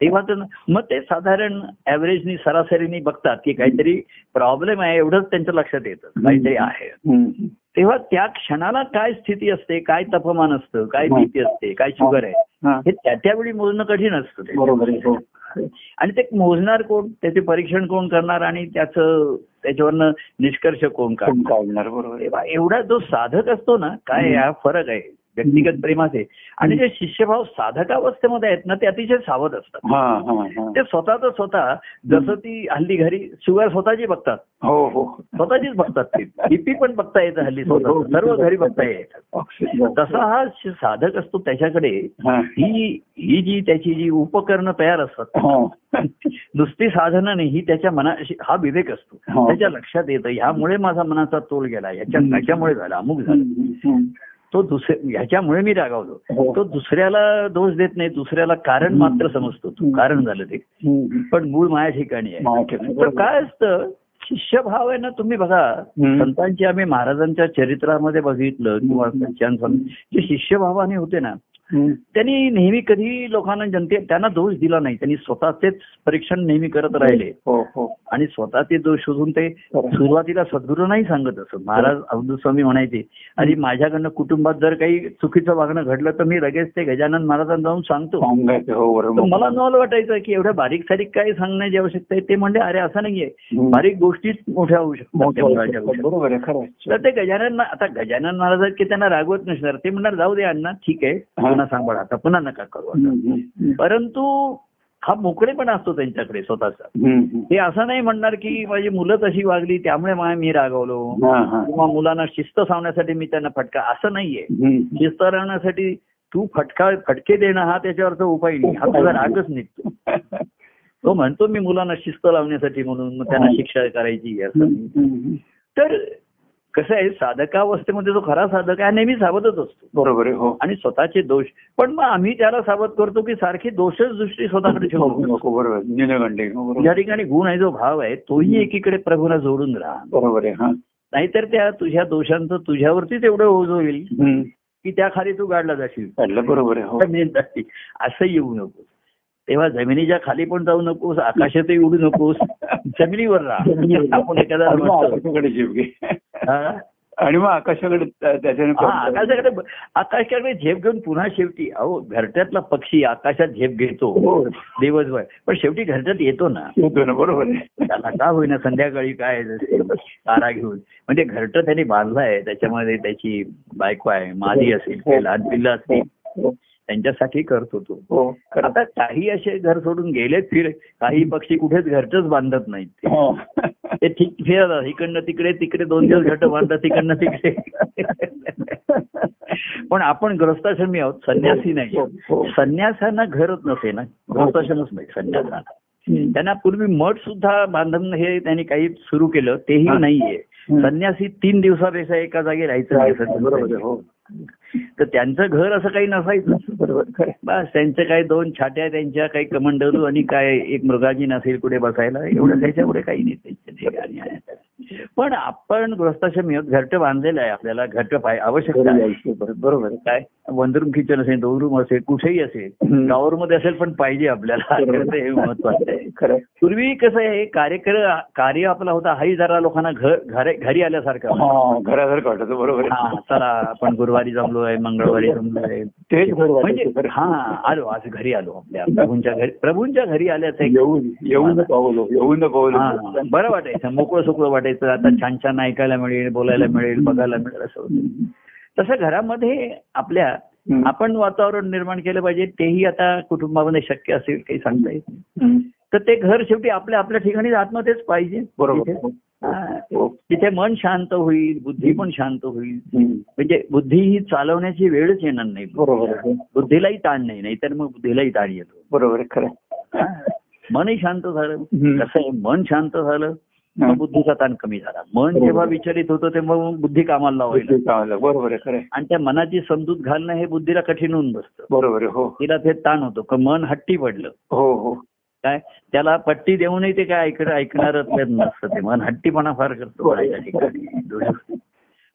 [SPEAKER 2] तेव्हा तर मग ते साधारण ऍव्हरेजनी सरासरीनी बघतात की काहीतरी प्रॉब्लेम आहे एवढंच त्यांच्या लक्षात येतं काहीतरी आहे
[SPEAKER 1] हम्म.
[SPEAKER 2] तेव्हा त्या क्षणाला काय स्थिती असते काय तापमान असतं काय
[SPEAKER 1] हो.
[SPEAKER 2] बीपी असते काय शुगर आहे
[SPEAKER 1] हा.
[SPEAKER 2] हे त्या त्यावेळी मोजणं कठीण असतं ते
[SPEAKER 1] बरोबर आहे हो
[SPEAKER 2] आणि ते मोजणार कोण त्याचे परीक्षण कोण करणार आणि त्याचं त्याच्यावरनं निष्कर्ष कोण
[SPEAKER 1] कोण
[SPEAKER 2] काढणार
[SPEAKER 1] काढणार बरोबर आहे
[SPEAKER 2] तेव्हा एवढा जो साधक असतो ना काय
[SPEAKER 1] हम्म.
[SPEAKER 2] हा फरक आहे व्यक्तिगत प्रेमाचे आणि जे शिष्यभाव साधकावस्थेमध्ये आहेत ना ते अतिशय सावध असतात
[SPEAKER 1] हा हा हा
[SPEAKER 2] ते स्वतःच स्वतः जसं ती हल्ली घरी शुगर स्वतःची बघतात
[SPEAKER 1] हो हो
[SPEAKER 2] स्वतःचीच बघतात ती बीपी पण बघता येतं हल्ली स्वतः सर्व घरी बघता येतात
[SPEAKER 1] ऑक्सिजन
[SPEAKER 2] तसा हा श- साधक असतो त्याच्याकडे
[SPEAKER 1] हा
[SPEAKER 2] ही ही जी त्याची जी उपकरणं तयार असतात
[SPEAKER 1] हा
[SPEAKER 2] नुसती साधनं नाही ही त्याच्या मनाशी हा विवेक असतो
[SPEAKER 1] हो.
[SPEAKER 2] त्याच्या लक्षात येतं ह्यामुळे माझा मनाचा तोल गेला याच्या
[SPEAKER 1] हम्म.
[SPEAKER 2] त्याच्यामुळे झाला अमुक झाला
[SPEAKER 1] हम्म, हम्म.
[SPEAKER 2] तो दुसऱ्या ह्याच्यामुळे मी रागावलो
[SPEAKER 1] हो.
[SPEAKER 2] तो दुसऱ्याला दोष देत नाही दुसऱ्याला कारण
[SPEAKER 1] हम्म.
[SPEAKER 2] मात्र समजतो तो
[SPEAKER 1] हम्म.
[SPEAKER 2] कारण झालं ते
[SPEAKER 1] हम्म.
[SPEAKER 2] पण मूळ माझ्या ठिकाणी आहे
[SPEAKER 1] माहिती आहे.
[SPEAKER 2] तर काय असतं शिष्यभाव आहे ना तुम्ही बघा
[SPEAKER 1] हम्म.
[SPEAKER 2] संतांची आम्ही महाराजांच्या चरित्रामध्ये बघितलं किंवा
[SPEAKER 1] हम्म.
[SPEAKER 2] संतांचं जे शिष्यभावाने होते ना
[SPEAKER 1] हम्म.
[SPEAKER 2] त्यांनी नेहमी कधी लोकांना जनते त्यांना दोष दिला नाही त्यांनी स्वतःचेच परीक्षण नेहमी करत राहिले
[SPEAKER 1] हो हो
[SPEAKER 2] आणि स्वतः ते दोष शोधून ते सुरुवातीला सद्गुरू नाही सांगत असत महाराज अब्दुल स्वामी म्हणायचे आणि माझ्याकडनं कुटुंबात जर काही चुकीचं वागणं घडलं तर मी लगेच ते गजानन महाराजांना जाऊन सांगतो
[SPEAKER 1] सांगायचं हो
[SPEAKER 2] तर
[SPEAKER 1] बरोबर
[SPEAKER 2] मला नॉल वाटायचं की एवढ्या बारीक सारीक काय सांगण्याची आवश्यकता आहे ते म्हणले अरे असं नाहीये
[SPEAKER 1] हम्म.
[SPEAKER 2] बारीक गोष्टीच मोठ्या होऊ शकतात
[SPEAKER 1] मोठं
[SPEAKER 2] त्या मुलाच्या
[SPEAKER 1] होऊ शकतं.
[SPEAKER 2] आयुष्यात.
[SPEAKER 1] बरोबर आहे खरं
[SPEAKER 2] तर
[SPEAKER 1] आहे.
[SPEAKER 2] ते गजानन आता गजानन महाराज आहेत की त्यांना रागवत नसणार ते म्हणणार जाऊ दे अण्णा ठीक आहे पुन्हा सांभाळा आता पुन्हा नका करू आता.
[SPEAKER 1] हम्म, हम्म.
[SPEAKER 2] परंतु हा मोकळेपणा असतो त्यांच्याकडे स्वतःचा
[SPEAKER 1] हम्म, हम्म.
[SPEAKER 2] ते असं नाही म्हणणार की माझी मुलं तशी वागली त्यामुळे मा- मी रागवलो
[SPEAKER 1] हा, हा.
[SPEAKER 2] किंवा मुलांना शिस्त सांगण्यासाठी मी त्यांना फटका असं नाहिये
[SPEAKER 1] हम्म.
[SPEAKER 2] शिस्त राहण्यासाठी तू फटका फटके देणं हा त्याच्यावरचा उपाय नाही हा तुझा रागच निघतो तो म्हणतो मी मुलांना शिस्त लावण्यासाठी म्हणून मग
[SPEAKER 1] हो.
[SPEAKER 2] त्यांना शिक्षा करायची असं
[SPEAKER 1] हम्म, हम्म.
[SPEAKER 2] तर कसं आहे साधकावस्थेमध्ये जो खरा साधक आहे हा नेहमी सावधच असतो
[SPEAKER 1] बरोबर आहे हो
[SPEAKER 2] आणि स्वतःचे दोष पण मग आम्ही त्याला सावध करतो की सारखी दोषच दृष्टी स्वतःकडे ठेवू
[SPEAKER 1] नको,
[SPEAKER 2] नका.
[SPEAKER 1] नको, बरोबर न्यूनगंडे
[SPEAKER 2] ज्या
[SPEAKER 1] बरोबर
[SPEAKER 2] ठिकाणी गुण आहे जो भाव आहे तोही एकीकडे प्रभूला जोडून राहा
[SPEAKER 1] बरोबर आहे हा
[SPEAKER 2] नाहीतर त्या तुझ्या दोषांचं तुझ्यावरतीच एवढं ओझ होईल
[SPEAKER 1] हम्म.
[SPEAKER 2] की त्या खाली तू गाडला जाशील
[SPEAKER 1] काढलं बरोबर आहे हो
[SPEAKER 2] जमिनीत जाशील. असं येऊ नकोस तेव्हा जमिनीच्या खाली पण जाऊ नकोस आकाशातही उडू नकोस जमिनीवर राहा आपण एखादा
[SPEAKER 1] आपण
[SPEAKER 2] म्हणतो,
[SPEAKER 1] आकाशाकडे जीव घे
[SPEAKER 2] हा?
[SPEAKER 1] आणि मग आकाशाकडे त्या- त्याच्याने
[SPEAKER 2] हा,
[SPEAKER 1] पाहून करायचं.
[SPEAKER 2] आकाशाकडे आकाशाकडे झेप घेऊन पुन्हा शेवटी अहो घरट्यातला पक्षी आकाशात झेप घेतो
[SPEAKER 1] हो.
[SPEAKER 2] दिवसभर पण शेवटी घरट्यात येतो ना
[SPEAKER 1] येतो ना बरोबर आहे
[SPEAKER 2] त्याला का होईना संध्याकाळी काय तारा घेऊन म्हणजे घरट त्यांनी बांधलं आहे त्याच्यामध्ये त्याची बायको आहे मादी असेल काही लहान पिल्लं असतील
[SPEAKER 1] हो,
[SPEAKER 2] त्यांच्यासाठी करतो तो
[SPEAKER 1] हो खरं.
[SPEAKER 2] आता काही असे घर सोडून गेले फिर काही पक्षी कुठेच घरटच बांधत नाहीत ते.
[SPEAKER 1] हो.
[SPEAKER 2] ते ठीक फिरतात इकडनं तिकडे तिकडे दोन दिवस घरट बांधतात तिकडनं तिकडे पण आपण ग्रस्ताश्रमी आहोत संन्यासी नाही
[SPEAKER 1] हो, हो.
[SPEAKER 2] संन्यासांना घरच नसे ना ग्रस्ताश्रमच नाही संन्यासांना
[SPEAKER 1] हम्म.
[SPEAKER 2] त्यांना पूर्वी मठ सुद्धा बांधणं हे त्यांनी काही सुरू केलं तेही
[SPEAKER 1] हा.
[SPEAKER 2] नाहीये
[SPEAKER 1] हम्म.
[SPEAKER 2] संन्यासी तीन दिवसापेक्षा एका जागी राहायचं नाही
[SPEAKER 1] बरोबर आहे,
[SPEAKER 2] सध्या.
[SPEAKER 1] हो.
[SPEAKER 2] तर त्यांचं घर असं काही नसायचं
[SPEAKER 1] बरोबर खरं आहे.
[SPEAKER 2] बस त्यांचे काही दोन छाट्या त्यांच्या काही कमंडलू आणि काय एक मृगाजी नसेल कुठे बसायला एवढं त्याच्यापुढे काही नाही त्यांच्या ठिकाणी आहे. पण आपण गृहस्थाश्रमी आहोत घरटं बांधलेलं आहे आपल्याला घरटं पाहिजे आवश्यकता
[SPEAKER 1] घरी
[SPEAKER 2] आहे
[SPEAKER 1] यायचं, बरोबर- बरोबर आहे.
[SPEAKER 2] काय वन रूम किचन असेल दोन रूम असेल कुठेही असेल
[SPEAKER 1] हम्म.
[SPEAKER 2] गावावर मध्ये असेल पण पाहिजे आपल्याला
[SPEAKER 1] बरोबर.
[SPEAKER 2] हे महत्वाचं आहे
[SPEAKER 1] खरं आहे.
[SPEAKER 2] पूर्वी कसं आहे कार्यक्रम कार्य आपला होता हाही जरा लोकांना घर घरे- घरी आल्यासारखं
[SPEAKER 1] हा, हो, घरासारखं वाटायचं बरोबर
[SPEAKER 2] हा
[SPEAKER 1] आहे.
[SPEAKER 2] चला आपण गुरुवारी जमलोय मंगळवारी जमलोय
[SPEAKER 1] हो, तेच घर
[SPEAKER 2] म्हणजे
[SPEAKER 1] वाटायचं
[SPEAKER 2] हा आलो आज घरी आलो आपल्या प्रभूंच्या घरी प्रभूंच्या घरी आल्याचं एक
[SPEAKER 1] येऊन येऊन पावलो येऊन
[SPEAKER 2] हा,
[SPEAKER 1] पावलो
[SPEAKER 2] बरं वाटायचं मोकळं सोकळं वाटायचं आता छान छान ऐकायला मिळेल बोलायला मिळेल बघायला मिळेल असं होतं. तसं घरामध्ये आपल्या
[SPEAKER 1] हम्म.
[SPEAKER 2] आपण वातावरण निर्माण केलं पाहिजे तेही आता कुटुंबामध्ये शक्य असेल काही सांगता येत नाही
[SPEAKER 1] हम्म.
[SPEAKER 2] तर ते घर शेवटी आपल्या आपल्या ठिकाणी आत्मतेच पाहिजे
[SPEAKER 1] बरोबर
[SPEAKER 2] तिथे- हा,
[SPEAKER 1] हो.
[SPEAKER 2] तिथे मन शांत होईल बुद्धी पण शांत होईल
[SPEAKER 1] हम्म.
[SPEAKER 2] म्हणजे बुद्धी ही चालवण्याची वेळच येणार नाही
[SPEAKER 1] बरोबर आहे.
[SPEAKER 2] बुद्धीलाही ताण नाही नाहीतर मग बुद्धीलाही ताण येतो
[SPEAKER 1] बरोबर आहे, खरं आहे.
[SPEAKER 2] मनही शांत झालं
[SPEAKER 1] हम्म.
[SPEAKER 2] कसं आहे मन शांत झालं
[SPEAKER 1] हा.
[SPEAKER 2] मग बुद्धीचा ताण कमी झाला मन
[SPEAKER 1] बरोबर.
[SPEAKER 2] जेव्हा विचलित होतं तेव्हा मग बुद्धी कामाला लावायला
[SPEAKER 1] ते चांगलं. बरोबर आहे खरं आहे.
[SPEAKER 2] आणि त्या मनाची समजूत घालणं हे बुद्धीला कठीण होऊन बसतं
[SPEAKER 1] बरोबर आहे हो
[SPEAKER 2] तिला ते ताण होतो का मन हट्टी पडलं
[SPEAKER 1] हो हो
[SPEAKER 2] काय त्याला पट्टी देऊनही ते काय ऐकणं ऐकणारच नसतं ते मन हट्टीपणा फार करतो
[SPEAKER 1] बरोबर.
[SPEAKER 2] कोणाच्या ठिकाणी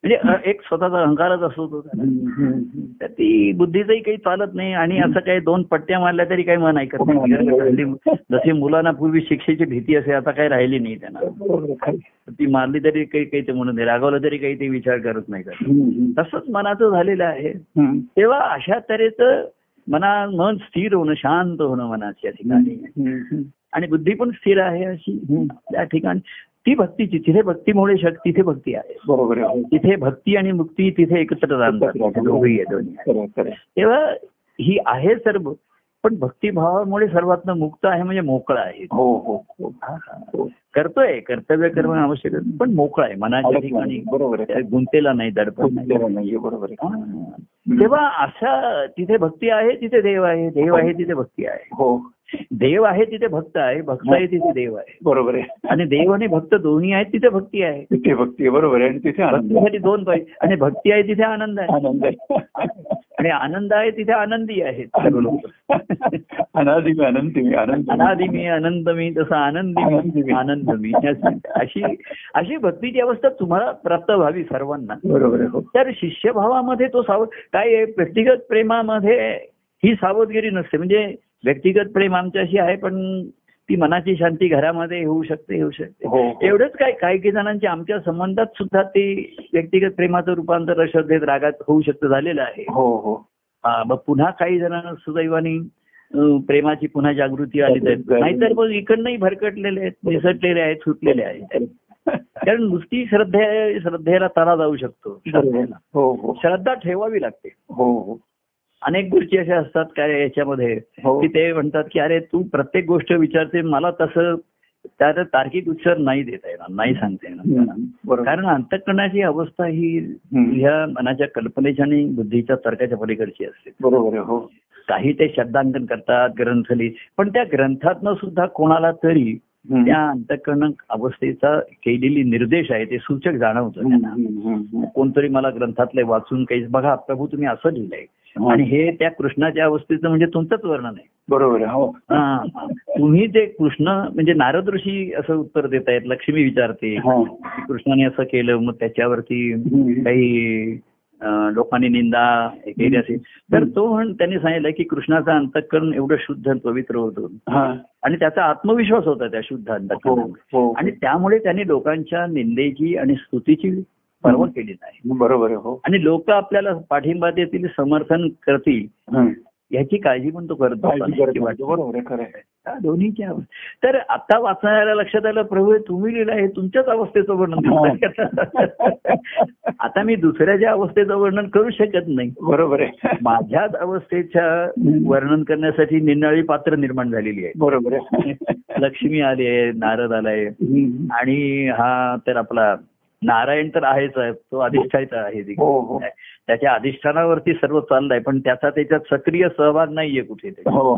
[SPEAKER 2] म्हणजे अ, एक स्वतःचा अहंकारच असतो तो त्याला.
[SPEAKER 1] हम्म, हम्म.
[SPEAKER 2] तर ती बुद्धीचंही काही चालत नाही आणि असं काही दोन पट्ट्या मारल्या तरी काही मन ऐकत
[SPEAKER 1] हो, हो, हो.
[SPEAKER 2] नाही जशी- जशी मुलांना पूर्वी शिक्षेची भीती असे आता काही राहिली नाही त्यांना
[SPEAKER 1] बरोबर आहे, खरं आहे.
[SPEAKER 2] ती मारली तरी काही काही ते म्हणून नाही रागवलं तरी काही ते विचार करत नाही करत
[SPEAKER 1] हम्म, हम्म.
[SPEAKER 2] तसंच मनाचं झालेलं आहे
[SPEAKER 1] हम्म.
[SPEAKER 2] तेव्हा अशा तऱ्हेचं मना मन स्थिर होणं शांत होणं मनाच्या ठिकाणी
[SPEAKER 1] हम्म, हम्म.
[SPEAKER 2] आणि बुद्धी पण स्थिर आहे अशी
[SPEAKER 1] हम्म.
[SPEAKER 2] त्या ठिकाणी ती भक्तीची तिथे भक्तीमुळे शक्ती तिथे भक्ती आहे
[SPEAKER 1] बरोबर आहे हो.
[SPEAKER 2] तिथे भक्ती आणि मुक्ती तिथे एकत्र जाणतात दोघी आहे दोन्ही आहे.
[SPEAKER 1] खरं आहे, खरं आहे.
[SPEAKER 2] तेव्हा ही आहे सर्व पण भक्तिभावामुळे सर्वातनं मुक्त आहे म्हणजे मोकळा आहे
[SPEAKER 1] हो हो हो
[SPEAKER 2] हा, हा.
[SPEAKER 1] हो.
[SPEAKER 2] करतोय कर्तव्य करणं आवश्यक आहे, पण मोकळा आहे मनाच्या ठिकाणी
[SPEAKER 1] बरोबर आहे
[SPEAKER 2] त्या गुंतेला नाही दडपण नाही
[SPEAKER 1] बरोबर नाहीये बरोबर आहे
[SPEAKER 2] हा. तेव्हा अशा तिथे भक्ती आहे तिथे देव आहे देव आहे तिथे भक्ती आहे
[SPEAKER 1] हो
[SPEAKER 2] देव आहे तिथे भक्त आहे भक्त आहे तिथे देव आहे
[SPEAKER 1] बरोबर आहे
[SPEAKER 2] आणि देव आणि भक्त दोन्ही आहेत तिथे भक्ती आहे
[SPEAKER 1] तिथे भक्ती आहे, बरोबर आहे आणि तिथे आनंद आहे.
[SPEAKER 2] भक्तीसाठी दोन पाहिजे आणि भक्ती आहे तिथे आनंद आहे
[SPEAKER 1] आनंद आहे
[SPEAKER 2] आणि आनंद आहे तिथे आनंदी आहेत सर्व लोक
[SPEAKER 1] अनादि मी अनंती मी अनंत
[SPEAKER 2] अनादि मी अनंत मी तसं आनंदी
[SPEAKER 1] आनंदी
[SPEAKER 2] मी
[SPEAKER 1] मी.
[SPEAKER 2] आनंद मी अशी अशी भक्तीची अवस्था तुम्हाला प्राप्त व्हावी सर्वांना
[SPEAKER 1] बरोबर आहे, हो
[SPEAKER 2] तर शिष्यभावामध्ये तो सावध काय आहे, व्यक्तिगत प्रेमामध्ये ही सावधगिरी नसते म्हणजे व्यक्तिगत प्रेम आमच्याशी आहे पण ती मनाची शांती घरामध्ये होऊ शकते होऊ शकते
[SPEAKER 1] हो हो.
[SPEAKER 2] एवढंच काय काही काही जणांच्या आमच्या संबंधात सुद्धा ते व्यक्तिगत प्रेमाचं रूपांतर श्रद्धेत रागात होऊ शकतं झालेलं आहे
[SPEAKER 1] हो हो
[SPEAKER 2] हा, मग पुन्हा काही जणांना सुदैवाने अं, प्रेमाची पुन्हा जागृती आली तर नाहीतर मग इकडनंही भरकटलेले आहेत निसटलेले आहेत सुटलेले आहेत कारण नुसती श्रद्धे श्रद्धेला तारा जाऊ शकतो
[SPEAKER 1] बरोबर. हो हो
[SPEAKER 2] श्रद्धा ठेवावी लागते
[SPEAKER 1] हो हो
[SPEAKER 2] अनेक गोष्टी अशा असतात काय याच्यामध्ये
[SPEAKER 1] हो
[SPEAKER 2] की ते म्हणतात की अरे तू प्रत्येक गोष्ट विचारते मला तसं त्याचा तार्किक उत्तर नाही देता येणार नाही सांगता येणार
[SPEAKER 1] हम्म, बरोबर
[SPEAKER 2] कारण अंतकरणाची अवस्था ही ह्या मनाच्या कल्पनेच्या आणि बुद्धीच्या तर्काच्या पलीकडची असते
[SPEAKER 1] बरोबर आहे, हो
[SPEAKER 2] काही ते शब्दांकन करतात ग्रंथली पण त्या ग्रंथातनं सुद्धा कोणाला तरी
[SPEAKER 1] हम्म.
[SPEAKER 2] त्या अंतकरण अवस्थेचा केलेली निर्देश आहे ते सूचक जाणवतं
[SPEAKER 1] हम्म,
[SPEAKER 2] त्यांना
[SPEAKER 1] हम्म, हम्म,
[SPEAKER 2] कोणतरी मला ग्रंथातले वाचून काही बघा प्रभू तुम्ही असं लिहिलंय
[SPEAKER 1] हम्म.
[SPEAKER 2] आणि हे त्या कृष्णाच्या अवस्थेचं म्हणजे तुमचंच वर्णन आहे
[SPEAKER 1] बरोबर आहे, हो
[SPEAKER 2] हा. तुम्ही ते कृष्ण म्हणजे नारद ऋषी असं उत्तर देत आहेत लक्ष्मी विचारते
[SPEAKER 1] हा.
[SPEAKER 2] की कृष्णाने असं केलं मग त्याच्यावरती
[SPEAKER 1] हो. हम्म.
[SPEAKER 2] काही अं, लोकांनी निंदा हे केली असेल तर तो म्हण त्यांनी सांगितलं की कृष्णाचं अंतःकरण एवढं शुद्ध आणि पवित्र होतं
[SPEAKER 1] हा.
[SPEAKER 2] आणि त्याचा आत्मविश्वास होता त्या शुद्ध
[SPEAKER 1] हो
[SPEAKER 2] अंतःकरणामुळे
[SPEAKER 1] हो
[SPEAKER 2] आणि त्यामुळे त्यांनी लोकांच्या निंदेची आणि स्तुतीची परवा केली नाही
[SPEAKER 1] बरोबर आहे हो
[SPEAKER 2] आणि लोक आपल्याला पाठिंबा देतील समर्थन करतील
[SPEAKER 1] हं.
[SPEAKER 2] याची काळजी पण तो करत होता
[SPEAKER 1] काळजी
[SPEAKER 2] नाही,
[SPEAKER 1] करत
[SPEAKER 2] अशी
[SPEAKER 1] नाही.
[SPEAKER 2] वाटते.
[SPEAKER 1] बरोबर आहे खरं आहे
[SPEAKER 2] हा, दोन्हीच्या तर आता वाचणाऱ्याला लक्षात आलं प्रभू हे तुम्ही लिहिलं हे तुमच्याच अवस्थेचं वर्णन
[SPEAKER 1] हो.
[SPEAKER 2] करताय. आता मी दुसऱ्याच्या अवस्थेचं वर्णन करू शकत नाही
[SPEAKER 1] बरोबर आहे
[SPEAKER 2] माझ्याच अवस्थेच्या वर्णन करण्यासाठी निनाळी पात्र निर्माण झालेली आहे
[SPEAKER 1] बरोबर आहे
[SPEAKER 2] लक्ष्मी आली आहे नारद आलाय
[SPEAKER 1] हं.
[SPEAKER 2] आणि हा तर आपला नारायण तर आहेच आहे तो अधिष्ठायचा आहे
[SPEAKER 1] हो हो
[SPEAKER 2] त्याच्या अधिष्ठानावरती सर्व चाललंय पण त्याचा त्याच्यात सक्रिय सहभाग नाहीये कुठे तरी.
[SPEAKER 1] हो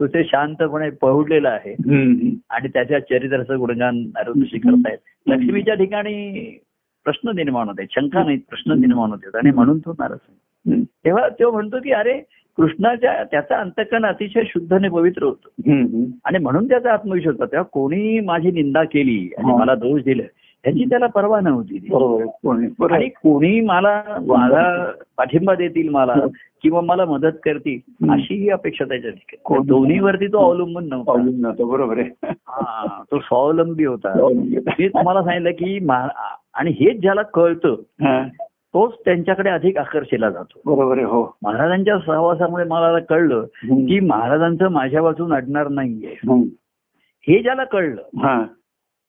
[SPEAKER 2] तो ते शांतपणे पहुडलेला आहे
[SPEAKER 1] हं.
[SPEAKER 2] आणि त्याच्या चरित्राचं गुणगान नारद ऋषी करतायत लक्ष्मीच्या ठिकाणी प्रश्न निर्माण होते शंका नाहीत प्रश्न निर्माण होते आणि म्हणून तो नाराज आहे.
[SPEAKER 1] हं.
[SPEAKER 2] तेव्हा तो म्हणतो की अरे कृष्णाच्या त्याचा अंतकरण अतिशय शुद्ध आणि पवित्र होतो
[SPEAKER 1] हं. हं.
[SPEAKER 2] आणि म्हणून त्याचा आत्मविश्वास होता तेव्हा कोणी माझी निंदा केली आणि
[SPEAKER 1] हा.
[SPEAKER 2] मला दोष दिला ह्याची त्याला परवा नव्हती
[SPEAKER 1] बरोबर आहे. कोणी बरोबर
[SPEAKER 2] आणि
[SPEAKER 1] आहे.
[SPEAKER 2] कोणी मला माझा पाठिंबा देतील मला किंवा मला मदत करतील
[SPEAKER 1] हं.
[SPEAKER 2] अशी ही अपेक्षा त्याच्या ठिकाणी
[SPEAKER 1] कोणी-
[SPEAKER 2] दोन्हीवरती तो अवलंबून नव्हता
[SPEAKER 1] पाऊल नव्हतं बरोबर आहे
[SPEAKER 2] हा, तो स्वावलंबी होता मी
[SPEAKER 1] हं.
[SPEAKER 2] तुम्हाला सांगितलं की मा- आणि हेच ज्याला कळतं तोच त्यांच्याकडे अधिक आकर्षिला जातो
[SPEAKER 1] बरोबर आहे हो
[SPEAKER 2] महाराजांच्या सहवासामुळे मला कळलं
[SPEAKER 1] हं.
[SPEAKER 2] की महाराजांचं माझ्या वाचून अडणार नाहीये
[SPEAKER 1] हं.
[SPEAKER 2] हे ज्याला कळलं
[SPEAKER 1] हा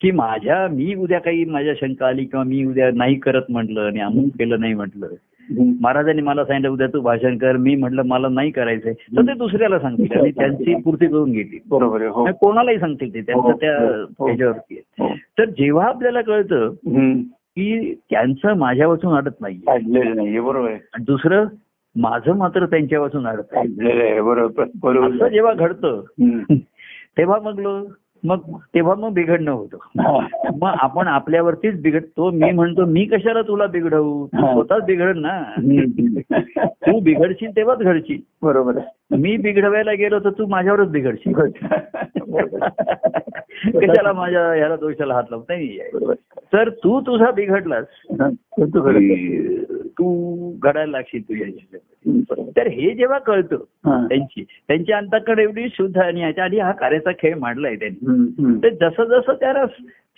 [SPEAKER 2] की माझ्या मी उद्या काही माझ्या शंका आली किंवा मी उद्या नाही करत म्हटलं आणि अमुक केलं नाही म्हटलं
[SPEAKER 1] हं.
[SPEAKER 2] महाराजांनी मला सांगितलं उद्या तू भाषण कर मी म्हटलं मला नाही करायचंय तर ते दुसऱ्याला सांगतील आणि त्यांची पूर्ती करून घेतील
[SPEAKER 1] बरोबर आहे हो
[SPEAKER 2] आणि कोणालाही सांगतील ते त्यांचं त्या त्याच्यावरती आहे.
[SPEAKER 1] हो.
[SPEAKER 2] तर जेव्हा आपल्याला कळतं
[SPEAKER 1] हं.
[SPEAKER 2] की त्यांचं माझ्या वाचून अडत नाहीये
[SPEAKER 1] काढलेलं नाहीये बरोबर आहे
[SPEAKER 2] आणि दुसरं माझं मात्र त्यांच्या वाचून अडत आहे
[SPEAKER 1] काढलेलं आहे बरोबर
[SPEAKER 2] असं
[SPEAKER 1] बरोबर
[SPEAKER 2] जेव्हा घडतं
[SPEAKER 1] हं.
[SPEAKER 2] तेव्हा मग लो- मग तेव्हा मग बिघडणं होतं
[SPEAKER 1] हा.
[SPEAKER 2] मग आपण आपल्यावरतीच बिघडतो मी म्हणतो मी कशाला तुला बिघडवू तू
[SPEAKER 1] हा.
[SPEAKER 2] स्वतःच बिघडल ना
[SPEAKER 1] हं.
[SPEAKER 2] तू बिघडशील तेव्हाच घडशील
[SPEAKER 1] बरोबर आहे
[SPEAKER 2] मी बिघडवायला गेलो तर तू माझ्यावरच बिघडशील
[SPEAKER 1] बरोबर
[SPEAKER 2] कशाला माझ्या ह्याला दोषाला हात लावत नाही
[SPEAKER 1] आहे.
[SPEAKER 2] तर तू तुझा बिघडलास
[SPEAKER 1] हं. तू खरं आहे.
[SPEAKER 2] की तू घडायला लागशील तुझ्या ह्याच्यात. तर हे जेव्हा कळतं
[SPEAKER 1] हं.
[SPEAKER 2] त्यांची त्यांची अंताकडे एवढी शुद्ध आणि याच्या आधी हा कार्याचा खेळ मांडलाय त्यांनी
[SPEAKER 1] हं. हं.
[SPEAKER 2] तर जसं जसं त्याला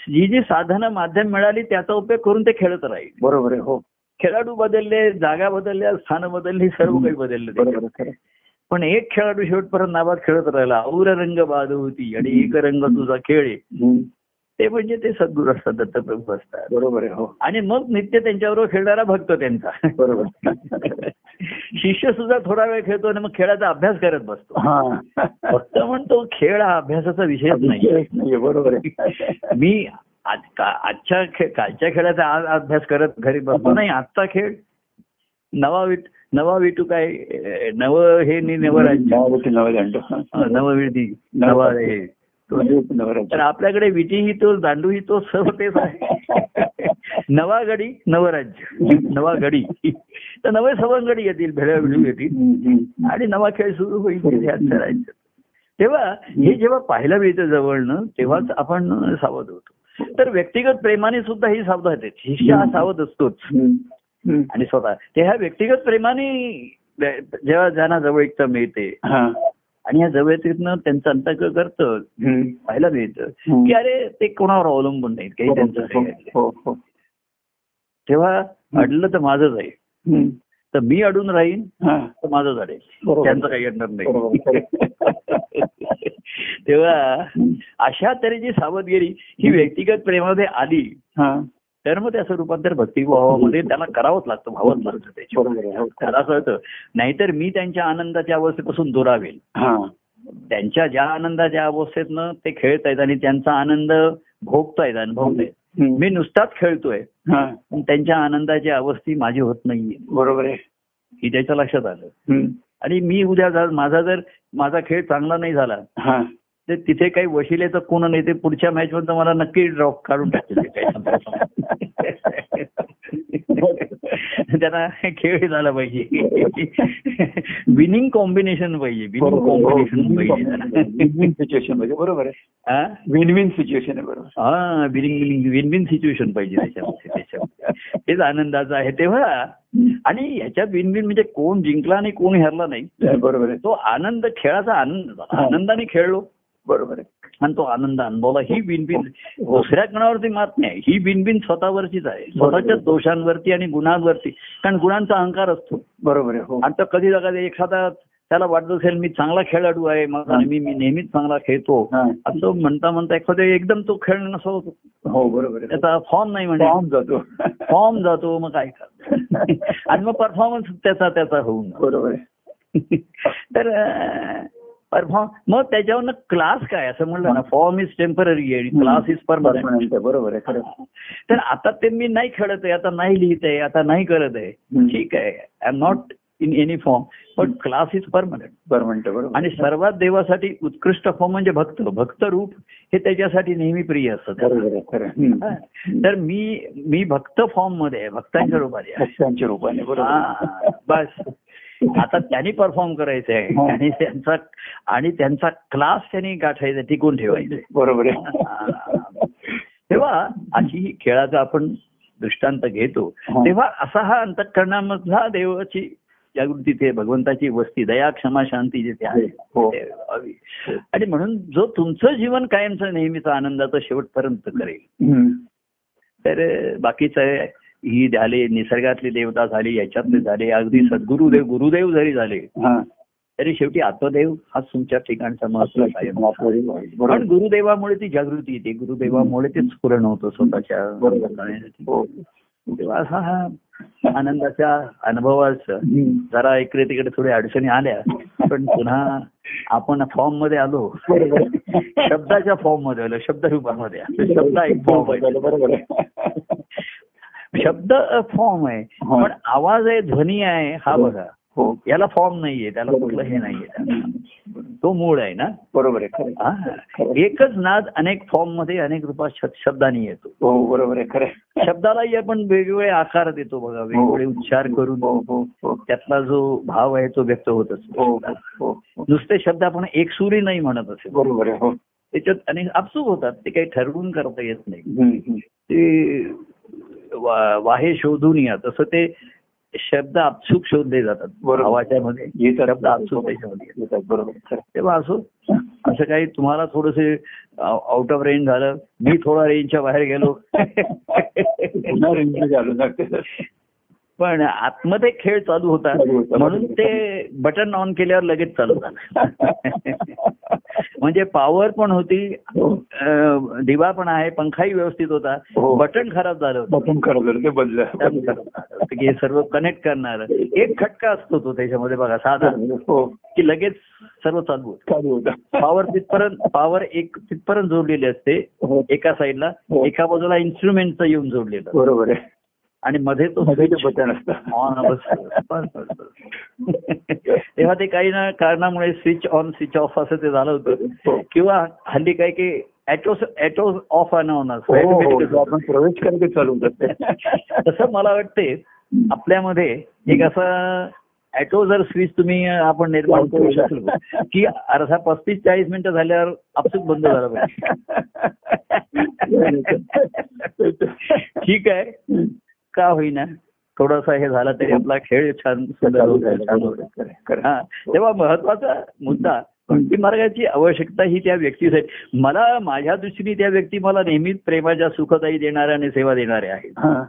[SPEAKER 2] जी जी साधनं माध्यम मिळाली त्याचा उपयोग करून ते खेळत राहील
[SPEAKER 1] बरोबर आहे हो
[SPEAKER 2] खेळाडू बदलले जागा बदलल्या स्थानं बदलली सर्व काही बदललं त्याच्यात.
[SPEAKER 1] बरोबर आहे खरं आहे.
[SPEAKER 2] पण एक खेळाडू शेवटपर्यंत नाबाद खेळत राहिला और रंग बाद होती आणि एक रंग तुझा खेळ आहे.
[SPEAKER 1] हं.
[SPEAKER 2] ते म्हणजे ते सद्गुरू असतात दत्तप्रभू असतात
[SPEAKER 1] बरोबर आहे हो
[SPEAKER 2] आणि मग नित्य त्यांच्याबरोबर खेळणारा भक्त त्यांचा
[SPEAKER 1] बरोबर
[SPEAKER 2] शिष्य सुद्धा थोडा वेळ खेळतो आणि मग खेळाचा अभ्यास करत बसतो
[SPEAKER 1] हा
[SPEAKER 2] फक्त म्हणतो खेळ हा अभ्यासाचा विषयच नाही
[SPEAKER 1] विशेष नाहीये, बरोबर आहे
[SPEAKER 2] मी आज का- आजच्या खे- कालच्या खेळाचा आज अभ्यास करत घरी बसतो नाही आजचा खेळ नवा विट नवा विटू काय अ, नव हे नि नव राज्य
[SPEAKER 1] नवरात्री, नवरात्री.
[SPEAKER 2] अ, नव विटी नवा हे
[SPEAKER 1] नवरात्री, नवरात्री.
[SPEAKER 2] तर आपल्याकडे विटी ही तो दांडू ही तो सर्व तेच आहे नवा गडी नवराज्य नवा गडी तर नवे सवंगडी येतील भेळाभेळू येतील
[SPEAKER 1] हं, हं.
[SPEAKER 2] आणि नवा खेळ सुरू होईल तिथे हात धरायचं. तेव्हा हे जेव्हा पाहायला मिळतं जवळनं तेव्हाच आपण सावध
[SPEAKER 1] हो.
[SPEAKER 2] होतो तर व्यक्तिगत प्रेमाने सुद्धा ही सावधानते शिष्य हा सावध असतोच
[SPEAKER 1] हं, हं.
[SPEAKER 2] आणि स्वतः ते ह्या व्यक्तिगत प्रेमाने जेव्हा ज्यांना जवळ एकता मिळते
[SPEAKER 1] हा.
[SPEAKER 2] आणि या जवळतीतनं त्यांचं अंतक करतं
[SPEAKER 1] हं.
[SPEAKER 2] पाहायला मिळतं
[SPEAKER 1] हं.
[SPEAKER 2] की अरे ते कोणावर अवलंबून नाहीत काही त्यांचं
[SPEAKER 1] बरोबर.
[SPEAKER 2] काही नाही.
[SPEAKER 1] हो, हो.
[SPEAKER 2] तेव्हा अडलं तर माझंच आहे
[SPEAKER 1] हं.
[SPEAKER 2] तर मी अडून राहीन
[SPEAKER 1] हा.
[SPEAKER 2] तर माझंच अडेल
[SPEAKER 1] बरोबर.
[SPEAKER 2] त्यांचं काही अडणार
[SPEAKER 1] हो. बरोबर,
[SPEAKER 2] नाही
[SPEAKER 1] खरं.
[SPEAKER 2] तेव्हा अशा तऱ्हेची सावधगिरी ही व्यक्तिगत प्रेमामध्ये आली
[SPEAKER 1] हा.
[SPEAKER 2] तर मग त्याचं रूपांतर भक्तिभावामध्ये त्याला करावंच लागतं व्हावंच लागतं त्याच्यावर
[SPEAKER 1] बरोबर आहे, हो, खरं.
[SPEAKER 2] त्याला कळतं नाहीतर मी त्यांच्या आनंदाच्या अवस्थेपासून दुरावेल
[SPEAKER 1] हा.
[SPEAKER 2] त्यांच्या ज्या आनंदाच्या अवस्थेतनं ते खेळतायत आणि त्यांचा आनंद भोगतायत अनुभवतायत
[SPEAKER 1] हं.
[SPEAKER 2] मी नुसताच खेळतोय
[SPEAKER 1] हा.
[SPEAKER 2] पण त्यांच्या आनंदाची अवस्थी माझी होत नाहीये
[SPEAKER 1] बरोबर आहे
[SPEAKER 2] ही त्याच्या लक्षात आलं
[SPEAKER 1] हं.
[SPEAKER 2] आणि मी उद्या जर माझा जर माझा खेळ चांगला नाही झाला
[SPEAKER 1] हा.
[SPEAKER 2] तर तिथे काही वशिलेचं कोण नाही ते पुढच्या मॅच मध्ये मला नक्की ड्रॉप काढून टाकतील ते काही. त्यांना खेळ झाला पाहिजे विनिंग कॉम्बिनेशन पाहिजे विनिंग कॉम्बिनेशन पाहिजे त्यांना.
[SPEAKER 1] विन सिच्युएशन मध्ये बरोबर आहे
[SPEAKER 2] हा?
[SPEAKER 1] विन विन सिच्युएशन आहे बरोबर
[SPEAKER 2] हा winning winning win win situation पाहिजे त्याच्यामध्ये त्याच्यामध्ये तेच आनंदाचं आहे तेव्हा आणि याच्यात विन विन म्हणजे कोण जिंकला नाही कोण हरला नाही
[SPEAKER 1] बरोबर आहे
[SPEAKER 2] तो आनंद खेळाचा आनंद झाला. आनंदाने खेळलो
[SPEAKER 1] बरोबर आहे
[SPEAKER 2] आणि तो आनंद अनुभवला ही बिनबिन
[SPEAKER 1] हो.
[SPEAKER 2] दुसऱ्या गुणावरती मात नाही ही बिनबिन स्वतःवरचीच आहे
[SPEAKER 1] बरोबर.
[SPEAKER 2] स्वतःच्या दोषांवरती आणि गुणांवरती कारण गुणांचा अहंकार असतो
[SPEAKER 1] बरोबर आहे हो
[SPEAKER 2] आणि तो कधी जागा एखादा त्याला वाटत असेल मी चांगला खेळाडू आहे मग
[SPEAKER 1] हा.
[SPEAKER 2] मी मी नेहमीच चांगला खेळतो
[SPEAKER 1] हा.
[SPEAKER 2] असं म्हणता म्हणता एखाद्या एकदम तो खेळ नसा होतो
[SPEAKER 1] हो बरोबर आहे
[SPEAKER 2] त्याचा फॉर्म नाही म्हणजे
[SPEAKER 1] फॉर्म जातो
[SPEAKER 2] फॉर्म जातो मग काय करतो आणि मग परफॉर्मन्स त्याचा त्याचा होऊन जातो.
[SPEAKER 1] बरोबर आहे
[SPEAKER 2] तर परफॉर्म मग त्याच्यावरनं क्लास काय असं म्हणलं ना फॉर्म इज टेम्पररी आणि क्लास इज परमनंट
[SPEAKER 1] Permanent आहे, बरोबर आहे खरं
[SPEAKER 2] तर आता ते मी नाही खेळत आहे आता नाही लिहित आहे आता नाही करत आहे
[SPEAKER 1] हम्म.
[SPEAKER 2] ठीक आहे I am not in any form पण क्लास इज परमनंट
[SPEAKER 1] परमनंट आहे, बरोबर
[SPEAKER 2] आणि सर्वात देवासाठी उत्कृष्ट फॉर्म म्हणजे भक्त भक्त रूप हे त्याच्यासाठी नेहमी प्रिय असतं
[SPEAKER 1] बरोबर आहे खरं हम्म.
[SPEAKER 2] हा. तर मी मी भक्त फॉर्म मध्ये आहे, भक्तांच्या रूपाने आहे.
[SPEAKER 1] भक्तांच्या रूपाने
[SPEAKER 2] हा,
[SPEAKER 1] बरोबर
[SPEAKER 2] बस आता त्यांनी परफॉर्म करायचं
[SPEAKER 1] हो.
[SPEAKER 2] आहे आणि त्यांचा आणि त्यांचा क्लास त्यांनी गाठायचा टिकून ठेवायचा
[SPEAKER 1] बरोबर
[SPEAKER 2] हा.
[SPEAKER 1] आहे
[SPEAKER 2] तेव्हा अशी ही खेळाचा आपण दृष्टांत घेतो
[SPEAKER 1] हो.
[SPEAKER 2] तेव्हा असा हा अंतःकरणामधला देवाची जागृती ते भगवंताची वस्ती दया क्षमा शांती जिथे आहे
[SPEAKER 1] हो.
[SPEAKER 2] तिथे व्हावी. आणि म्हणून जो तुमचं जीवन कायमचं नेहमीचं आनंदाचं शेवटपर्यंत करेल
[SPEAKER 1] हम्म.
[SPEAKER 2] तर अं, बाकीचं ही झाले निसर्गातली देवता झाली याच्यातले झाले अगदी सद्गुरुदेव गुरुदेव जरी झाले
[SPEAKER 1] हा.
[SPEAKER 2] तरी शेवटी आत्मदेव हाच तुमच्या ठिकाणचा महत्व आहे
[SPEAKER 1] बरोबर.
[SPEAKER 2] पण गुरुदेवामुळे ती जागृती येते गुरुदेवामुळे ते स्फुरण होतं स्वतःच्या
[SPEAKER 1] बरोबर.
[SPEAKER 2] करण्यासाठी.
[SPEAKER 1] हो.
[SPEAKER 2] तेव्हा असा हा आनंदाच्या अनुभवाचं
[SPEAKER 1] हम्म.
[SPEAKER 2] जरा इकडे तिकडे थोड्या अडचणी आल्या पण पुन्हा आपण फॉर्म मध्ये आलो
[SPEAKER 1] बरोबर.
[SPEAKER 2] शब्दाच्या फॉर्म मध्ये आलो शब्द रूपामध्ये आलो. शब्द एक फॉर्म आहे
[SPEAKER 1] बरोबर आहे.
[SPEAKER 2] शब्द फॉर्म आहे
[SPEAKER 1] हो.
[SPEAKER 2] पण आवाज आहे ध्वनी आहे हा बघा
[SPEAKER 1] हो.
[SPEAKER 2] याला फॉर्म नाहीये त्याला
[SPEAKER 1] बरोबर.
[SPEAKER 2] कुठलं हे नाहीये त्याला. तो मूळ आहे ना
[SPEAKER 1] बरोबर आहे खरं आहे.
[SPEAKER 2] हा. एकच नाद अनेक फॉर्म मध्ये अनेक रूपात शब्द- शब्दानी येतो
[SPEAKER 1] हो बरोबर आहे खरं आहे.
[SPEAKER 2] शब्दालाही आपण वेगवेगळे आकार देतो बघा वेगवेगळे उच्चार
[SPEAKER 1] हो
[SPEAKER 2] करून
[SPEAKER 1] हो हो
[SPEAKER 2] त्यातला जो भाव आहे तो व्यक्त होत
[SPEAKER 1] हो
[SPEAKER 2] असतो
[SPEAKER 1] हो, हो हो.
[SPEAKER 2] नुसते शब्द आपण एकसुरी नाही म्हणत असे
[SPEAKER 1] बरोबर आहे हो
[SPEAKER 2] त्याच्यात अनेक आपसूक होतात ते काही ठरवून करता येत नाही
[SPEAKER 1] हम्म, हम्म.
[SPEAKER 2] ते वा- वाहे शोधून या तसं ते शब्द आपसूक शोधले जातात
[SPEAKER 1] बरोबर.
[SPEAKER 2] भावाच्या मध्ये
[SPEAKER 1] येतात.
[SPEAKER 2] शब्द आपसूक त्याच्यामध्ये येतात.
[SPEAKER 1] येतात, बरोबर आहे, खरं
[SPEAKER 2] तेव्हा असो
[SPEAKER 1] आहे.
[SPEAKER 2] असं काही तुम्हाला थोडंसे आउट ऑफ रेंज झालं मी थोडा रेंजच्या बाहेर गेलो
[SPEAKER 1] पुन्हा रिंगमध्ये आलो ना ते.
[SPEAKER 2] पण आतमध्ये खेळ चालू होता
[SPEAKER 1] चालू होता.
[SPEAKER 2] म्हणून ते बटन ऑन केल्यावर लगेच चालू झालं म्हणजे पॉवर पण होती
[SPEAKER 1] हो.
[SPEAKER 2] अं, दिवा पण आहे पंखाही व्यवस्थित होता
[SPEAKER 1] हो.
[SPEAKER 2] बटन खराब झालं होतं
[SPEAKER 1] बटन खराब झालं ते बदला
[SPEAKER 2] बटन खराब झालं होतं की हे सर्व कनेक्ट करणार एक खटका असतो तो त्याच्यामध्ये बघा साधा
[SPEAKER 1] हो
[SPEAKER 2] की लगेच सर्व चालू होतं
[SPEAKER 1] चालू होता
[SPEAKER 2] पॉवर तिथपर्यंत पॉवर एक तिथपर्यंत जोडलेली असते
[SPEAKER 1] हो.
[SPEAKER 2] एका साईडला
[SPEAKER 1] हो.
[SPEAKER 2] एका बाजूला इन्स्ट्रुमेंटचं येऊन जोडलेलं असतं.
[SPEAKER 1] बरोबर आहे
[SPEAKER 2] आणि मध्ये तो
[SPEAKER 1] मध्ये ते
[SPEAKER 2] switch
[SPEAKER 1] बटन असतं
[SPEAKER 2] ऑन तेव्हा ते काही ना कारणामुळे स्विच ऑन स्विच ऑफ असं ते झालं होतं
[SPEAKER 1] हो.
[SPEAKER 2] किंवा हल्ली काही काही ऍटो ऍटो ऑफ आणि ऑन असतो
[SPEAKER 1] हो, हो,
[SPEAKER 2] Automatic
[SPEAKER 1] हो.
[SPEAKER 2] असतं.
[SPEAKER 1] आपण प्रवेश करायला चालू करते
[SPEAKER 2] तसं मला वाटते आपल्यामध्ये एक असा ऍटो जर स्विच तुम्ही अं, आपण निर्माण करू शकलो की अर्धा पस्तीस चाळीस मिनिटं झाल्यावर आपसूक बंद झाला पाहिजे ठीक आहे का होईना थोडासा हे झाला तरी आपला खेळ छान सुंदर
[SPEAKER 1] चालू
[SPEAKER 2] होतो,
[SPEAKER 1] राहिलं,
[SPEAKER 2] छान
[SPEAKER 1] बरोबर
[SPEAKER 2] होतो.
[SPEAKER 1] आहे, खरं आहे, खरं आहे.
[SPEAKER 2] हा तेव्हा महत्वाचा मुद्दा भक्ती मार्गाची आवश्यकता ही त्या व्यक्तीच आहे मला माझ्या दृष्टीने त्या व्यक्ती मला नेहमीच प्रेमाच्या सुखदायी देणाऱ्या आणि सेवा देणाऱ्या आहेत
[SPEAKER 1] हा.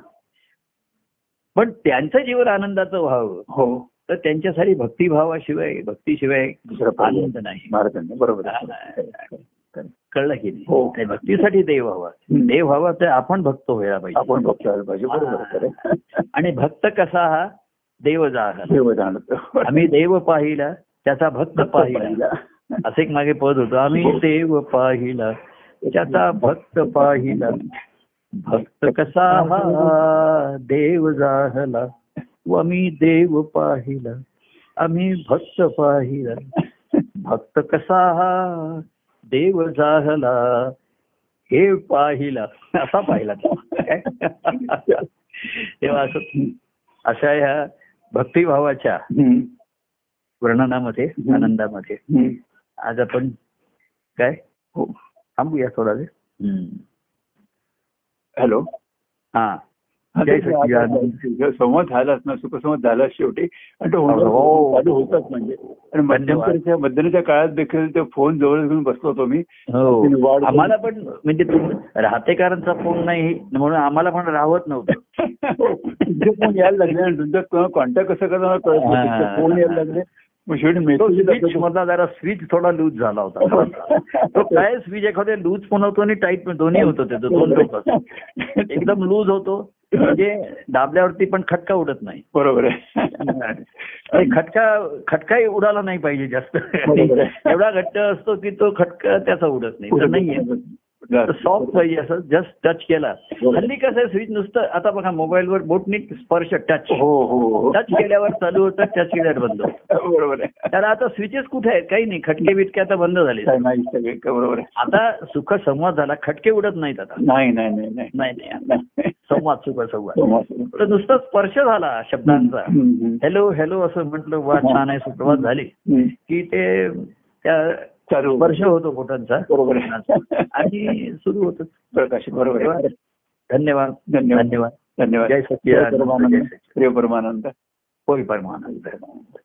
[SPEAKER 2] पण त्यांचं जीवन आनंदाचं व्हावं
[SPEAKER 1] हो
[SPEAKER 2] तर त्यांच्यासाठी भक्तिभावाशिवाय भक्तीशिवाय
[SPEAKER 1] दुसरा पर्याय.
[SPEAKER 2] आनंद नाही
[SPEAKER 1] महाराजांनी बरोबर आहे.
[SPEAKER 2] हा.
[SPEAKER 1] खरं आहे, खरं आहे, खरं आहे.
[SPEAKER 2] कळलं की नाही?
[SPEAKER 1] हो.
[SPEAKER 2] नाही, भक्तीसाठी देव हवा
[SPEAKER 1] हम्म.
[SPEAKER 2] देव हवा तर आपण भक्त व्हायला पाहिजे
[SPEAKER 1] आपण भक्त व्हायला पाहिजे बरोबर आहे, खरं आहे.
[SPEAKER 2] आणि भक्त कसा हा देव जाहला
[SPEAKER 1] देव जाणतो
[SPEAKER 2] आम्ही देव पाहिला त्याचा भक्त पाहिला असं एक मागे पद होतं आम्ही देव पाहिला त्याचा भक्त पाहिला भक्त कसा हा देव जाहला व आम्ही देव पाहिला आम्ही भक्त पाहिला भक्त कसा हा देव जाहला हे पाहिला असा पाहिला काय? तेव्हा असं अशा ह्या भक्तिभावाच्या
[SPEAKER 1] हम्म.
[SPEAKER 2] वर्णनामध्ये
[SPEAKER 1] हम्म.
[SPEAKER 2] आनंदामध्ये
[SPEAKER 1] हम्म.
[SPEAKER 2] आज आपण काय
[SPEAKER 1] हो
[SPEAKER 2] थांबूया थोडा वेळ
[SPEAKER 1] हॅलो
[SPEAKER 2] हा जय सच्चिदानंद.
[SPEAKER 1] तुझा संवाद झालाच ना सुखसंवाद झाला शेवटी आणि तो
[SPEAKER 2] हो.
[SPEAKER 1] होणार- चालू होताच म्हणजे आणि मध्यंतरीच्या मध्यंतरीच्या काळात देखील तो फोन जवळ घेऊन बसलो होतो मी तिने
[SPEAKER 2] हो
[SPEAKER 1] वाढ करून-
[SPEAKER 2] आम्हाला पण म्हणजे तुम- राहतेकारांचा फोन नाही म्हणून आम्हाला पण राहत नव्हतं हो.
[SPEAKER 1] तुझे फोन यायला लागले आणि तुमचा कॉन्टॅक्ट कसा करा मला कळत नाही.
[SPEAKER 2] हा.
[SPEAKER 1] तुमचे फोन यायला लागले मग शेवटी
[SPEAKER 2] तो
[SPEAKER 1] मेसेज
[SPEAKER 2] स्विच मधला जरा स्विच थोडा लूज झाला
[SPEAKER 1] हो.
[SPEAKER 2] होता तो काय स्विच एखाद्या लूज पण होतो आणि टाईट पण दोन्ही होतं त्याचं दोन
[SPEAKER 1] हो.
[SPEAKER 2] टोकं एकदम लूज होतो म्हणजे दाबल्यावरती पण खटका उडत नाही
[SPEAKER 1] बरोबर आहे
[SPEAKER 2] आणि खटका खटकाही उडाला नाही पाहिजे जास्त
[SPEAKER 1] बरोबर आहे.
[SPEAKER 2] एवढा घट्ट असतो की तो खटका त्याचा उडत नाही तर नाहीये सॉफ्ट पाहिजे असं जस्ट टच केला
[SPEAKER 1] बरोबर.
[SPEAKER 2] हल्ली कसं आहे स्विच नुसतं आता बघा मोबाईलवर बोटनी स्पर्श टच
[SPEAKER 1] हो हो
[SPEAKER 2] टच केल्यावर चालू होतं टच केल्यावर बंद होतं
[SPEAKER 1] बरोबर आहे
[SPEAKER 2] त्याला आता स्विचेस कुठे आहेत काही नाही खटके बिटके आता बंद झाले
[SPEAKER 1] काय नाही सगळे काय बरोबर आहे
[SPEAKER 2] आता सुख संवाद झाला खटके उडत नाहीत आता
[SPEAKER 1] नाही नाही नाही नाही
[SPEAKER 2] नाही नाही
[SPEAKER 1] नाही.
[SPEAKER 2] संवाद सुख संवाद
[SPEAKER 1] तो मस्त.
[SPEAKER 2] तर नुसता स्पर्श झाला शब्दांचा
[SPEAKER 1] हम्म, हम्म.
[SPEAKER 2] हॅलो हॅलो असं म्हटलं वा छान आहे सुप्रभात झाली
[SPEAKER 1] हम्म.
[SPEAKER 2] की ते त्या
[SPEAKER 1] चालू
[SPEAKER 2] स्पर्श होतो बोटांचा
[SPEAKER 1] बरोबर आहे.
[SPEAKER 2] आणि सुरू होत
[SPEAKER 1] प्रकाश बरोबर आहे
[SPEAKER 2] धन्यवाद
[SPEAKER 1] धन्यवाद.
[SPEAKER 2] धन्यवाद
[SPEAKER 1] धन्यवाद
[SPEAKER 2] जय सच्चिदानंद,
[SPEAKER 1] प्रिय परमानंद
[SPEAKER 2] जय सच्चिदानंद.
[SPEAKER 1] प्रिय परमानंद
[SPEAKER 2] होय परमानंद
[SPEAKER 1] परमानंद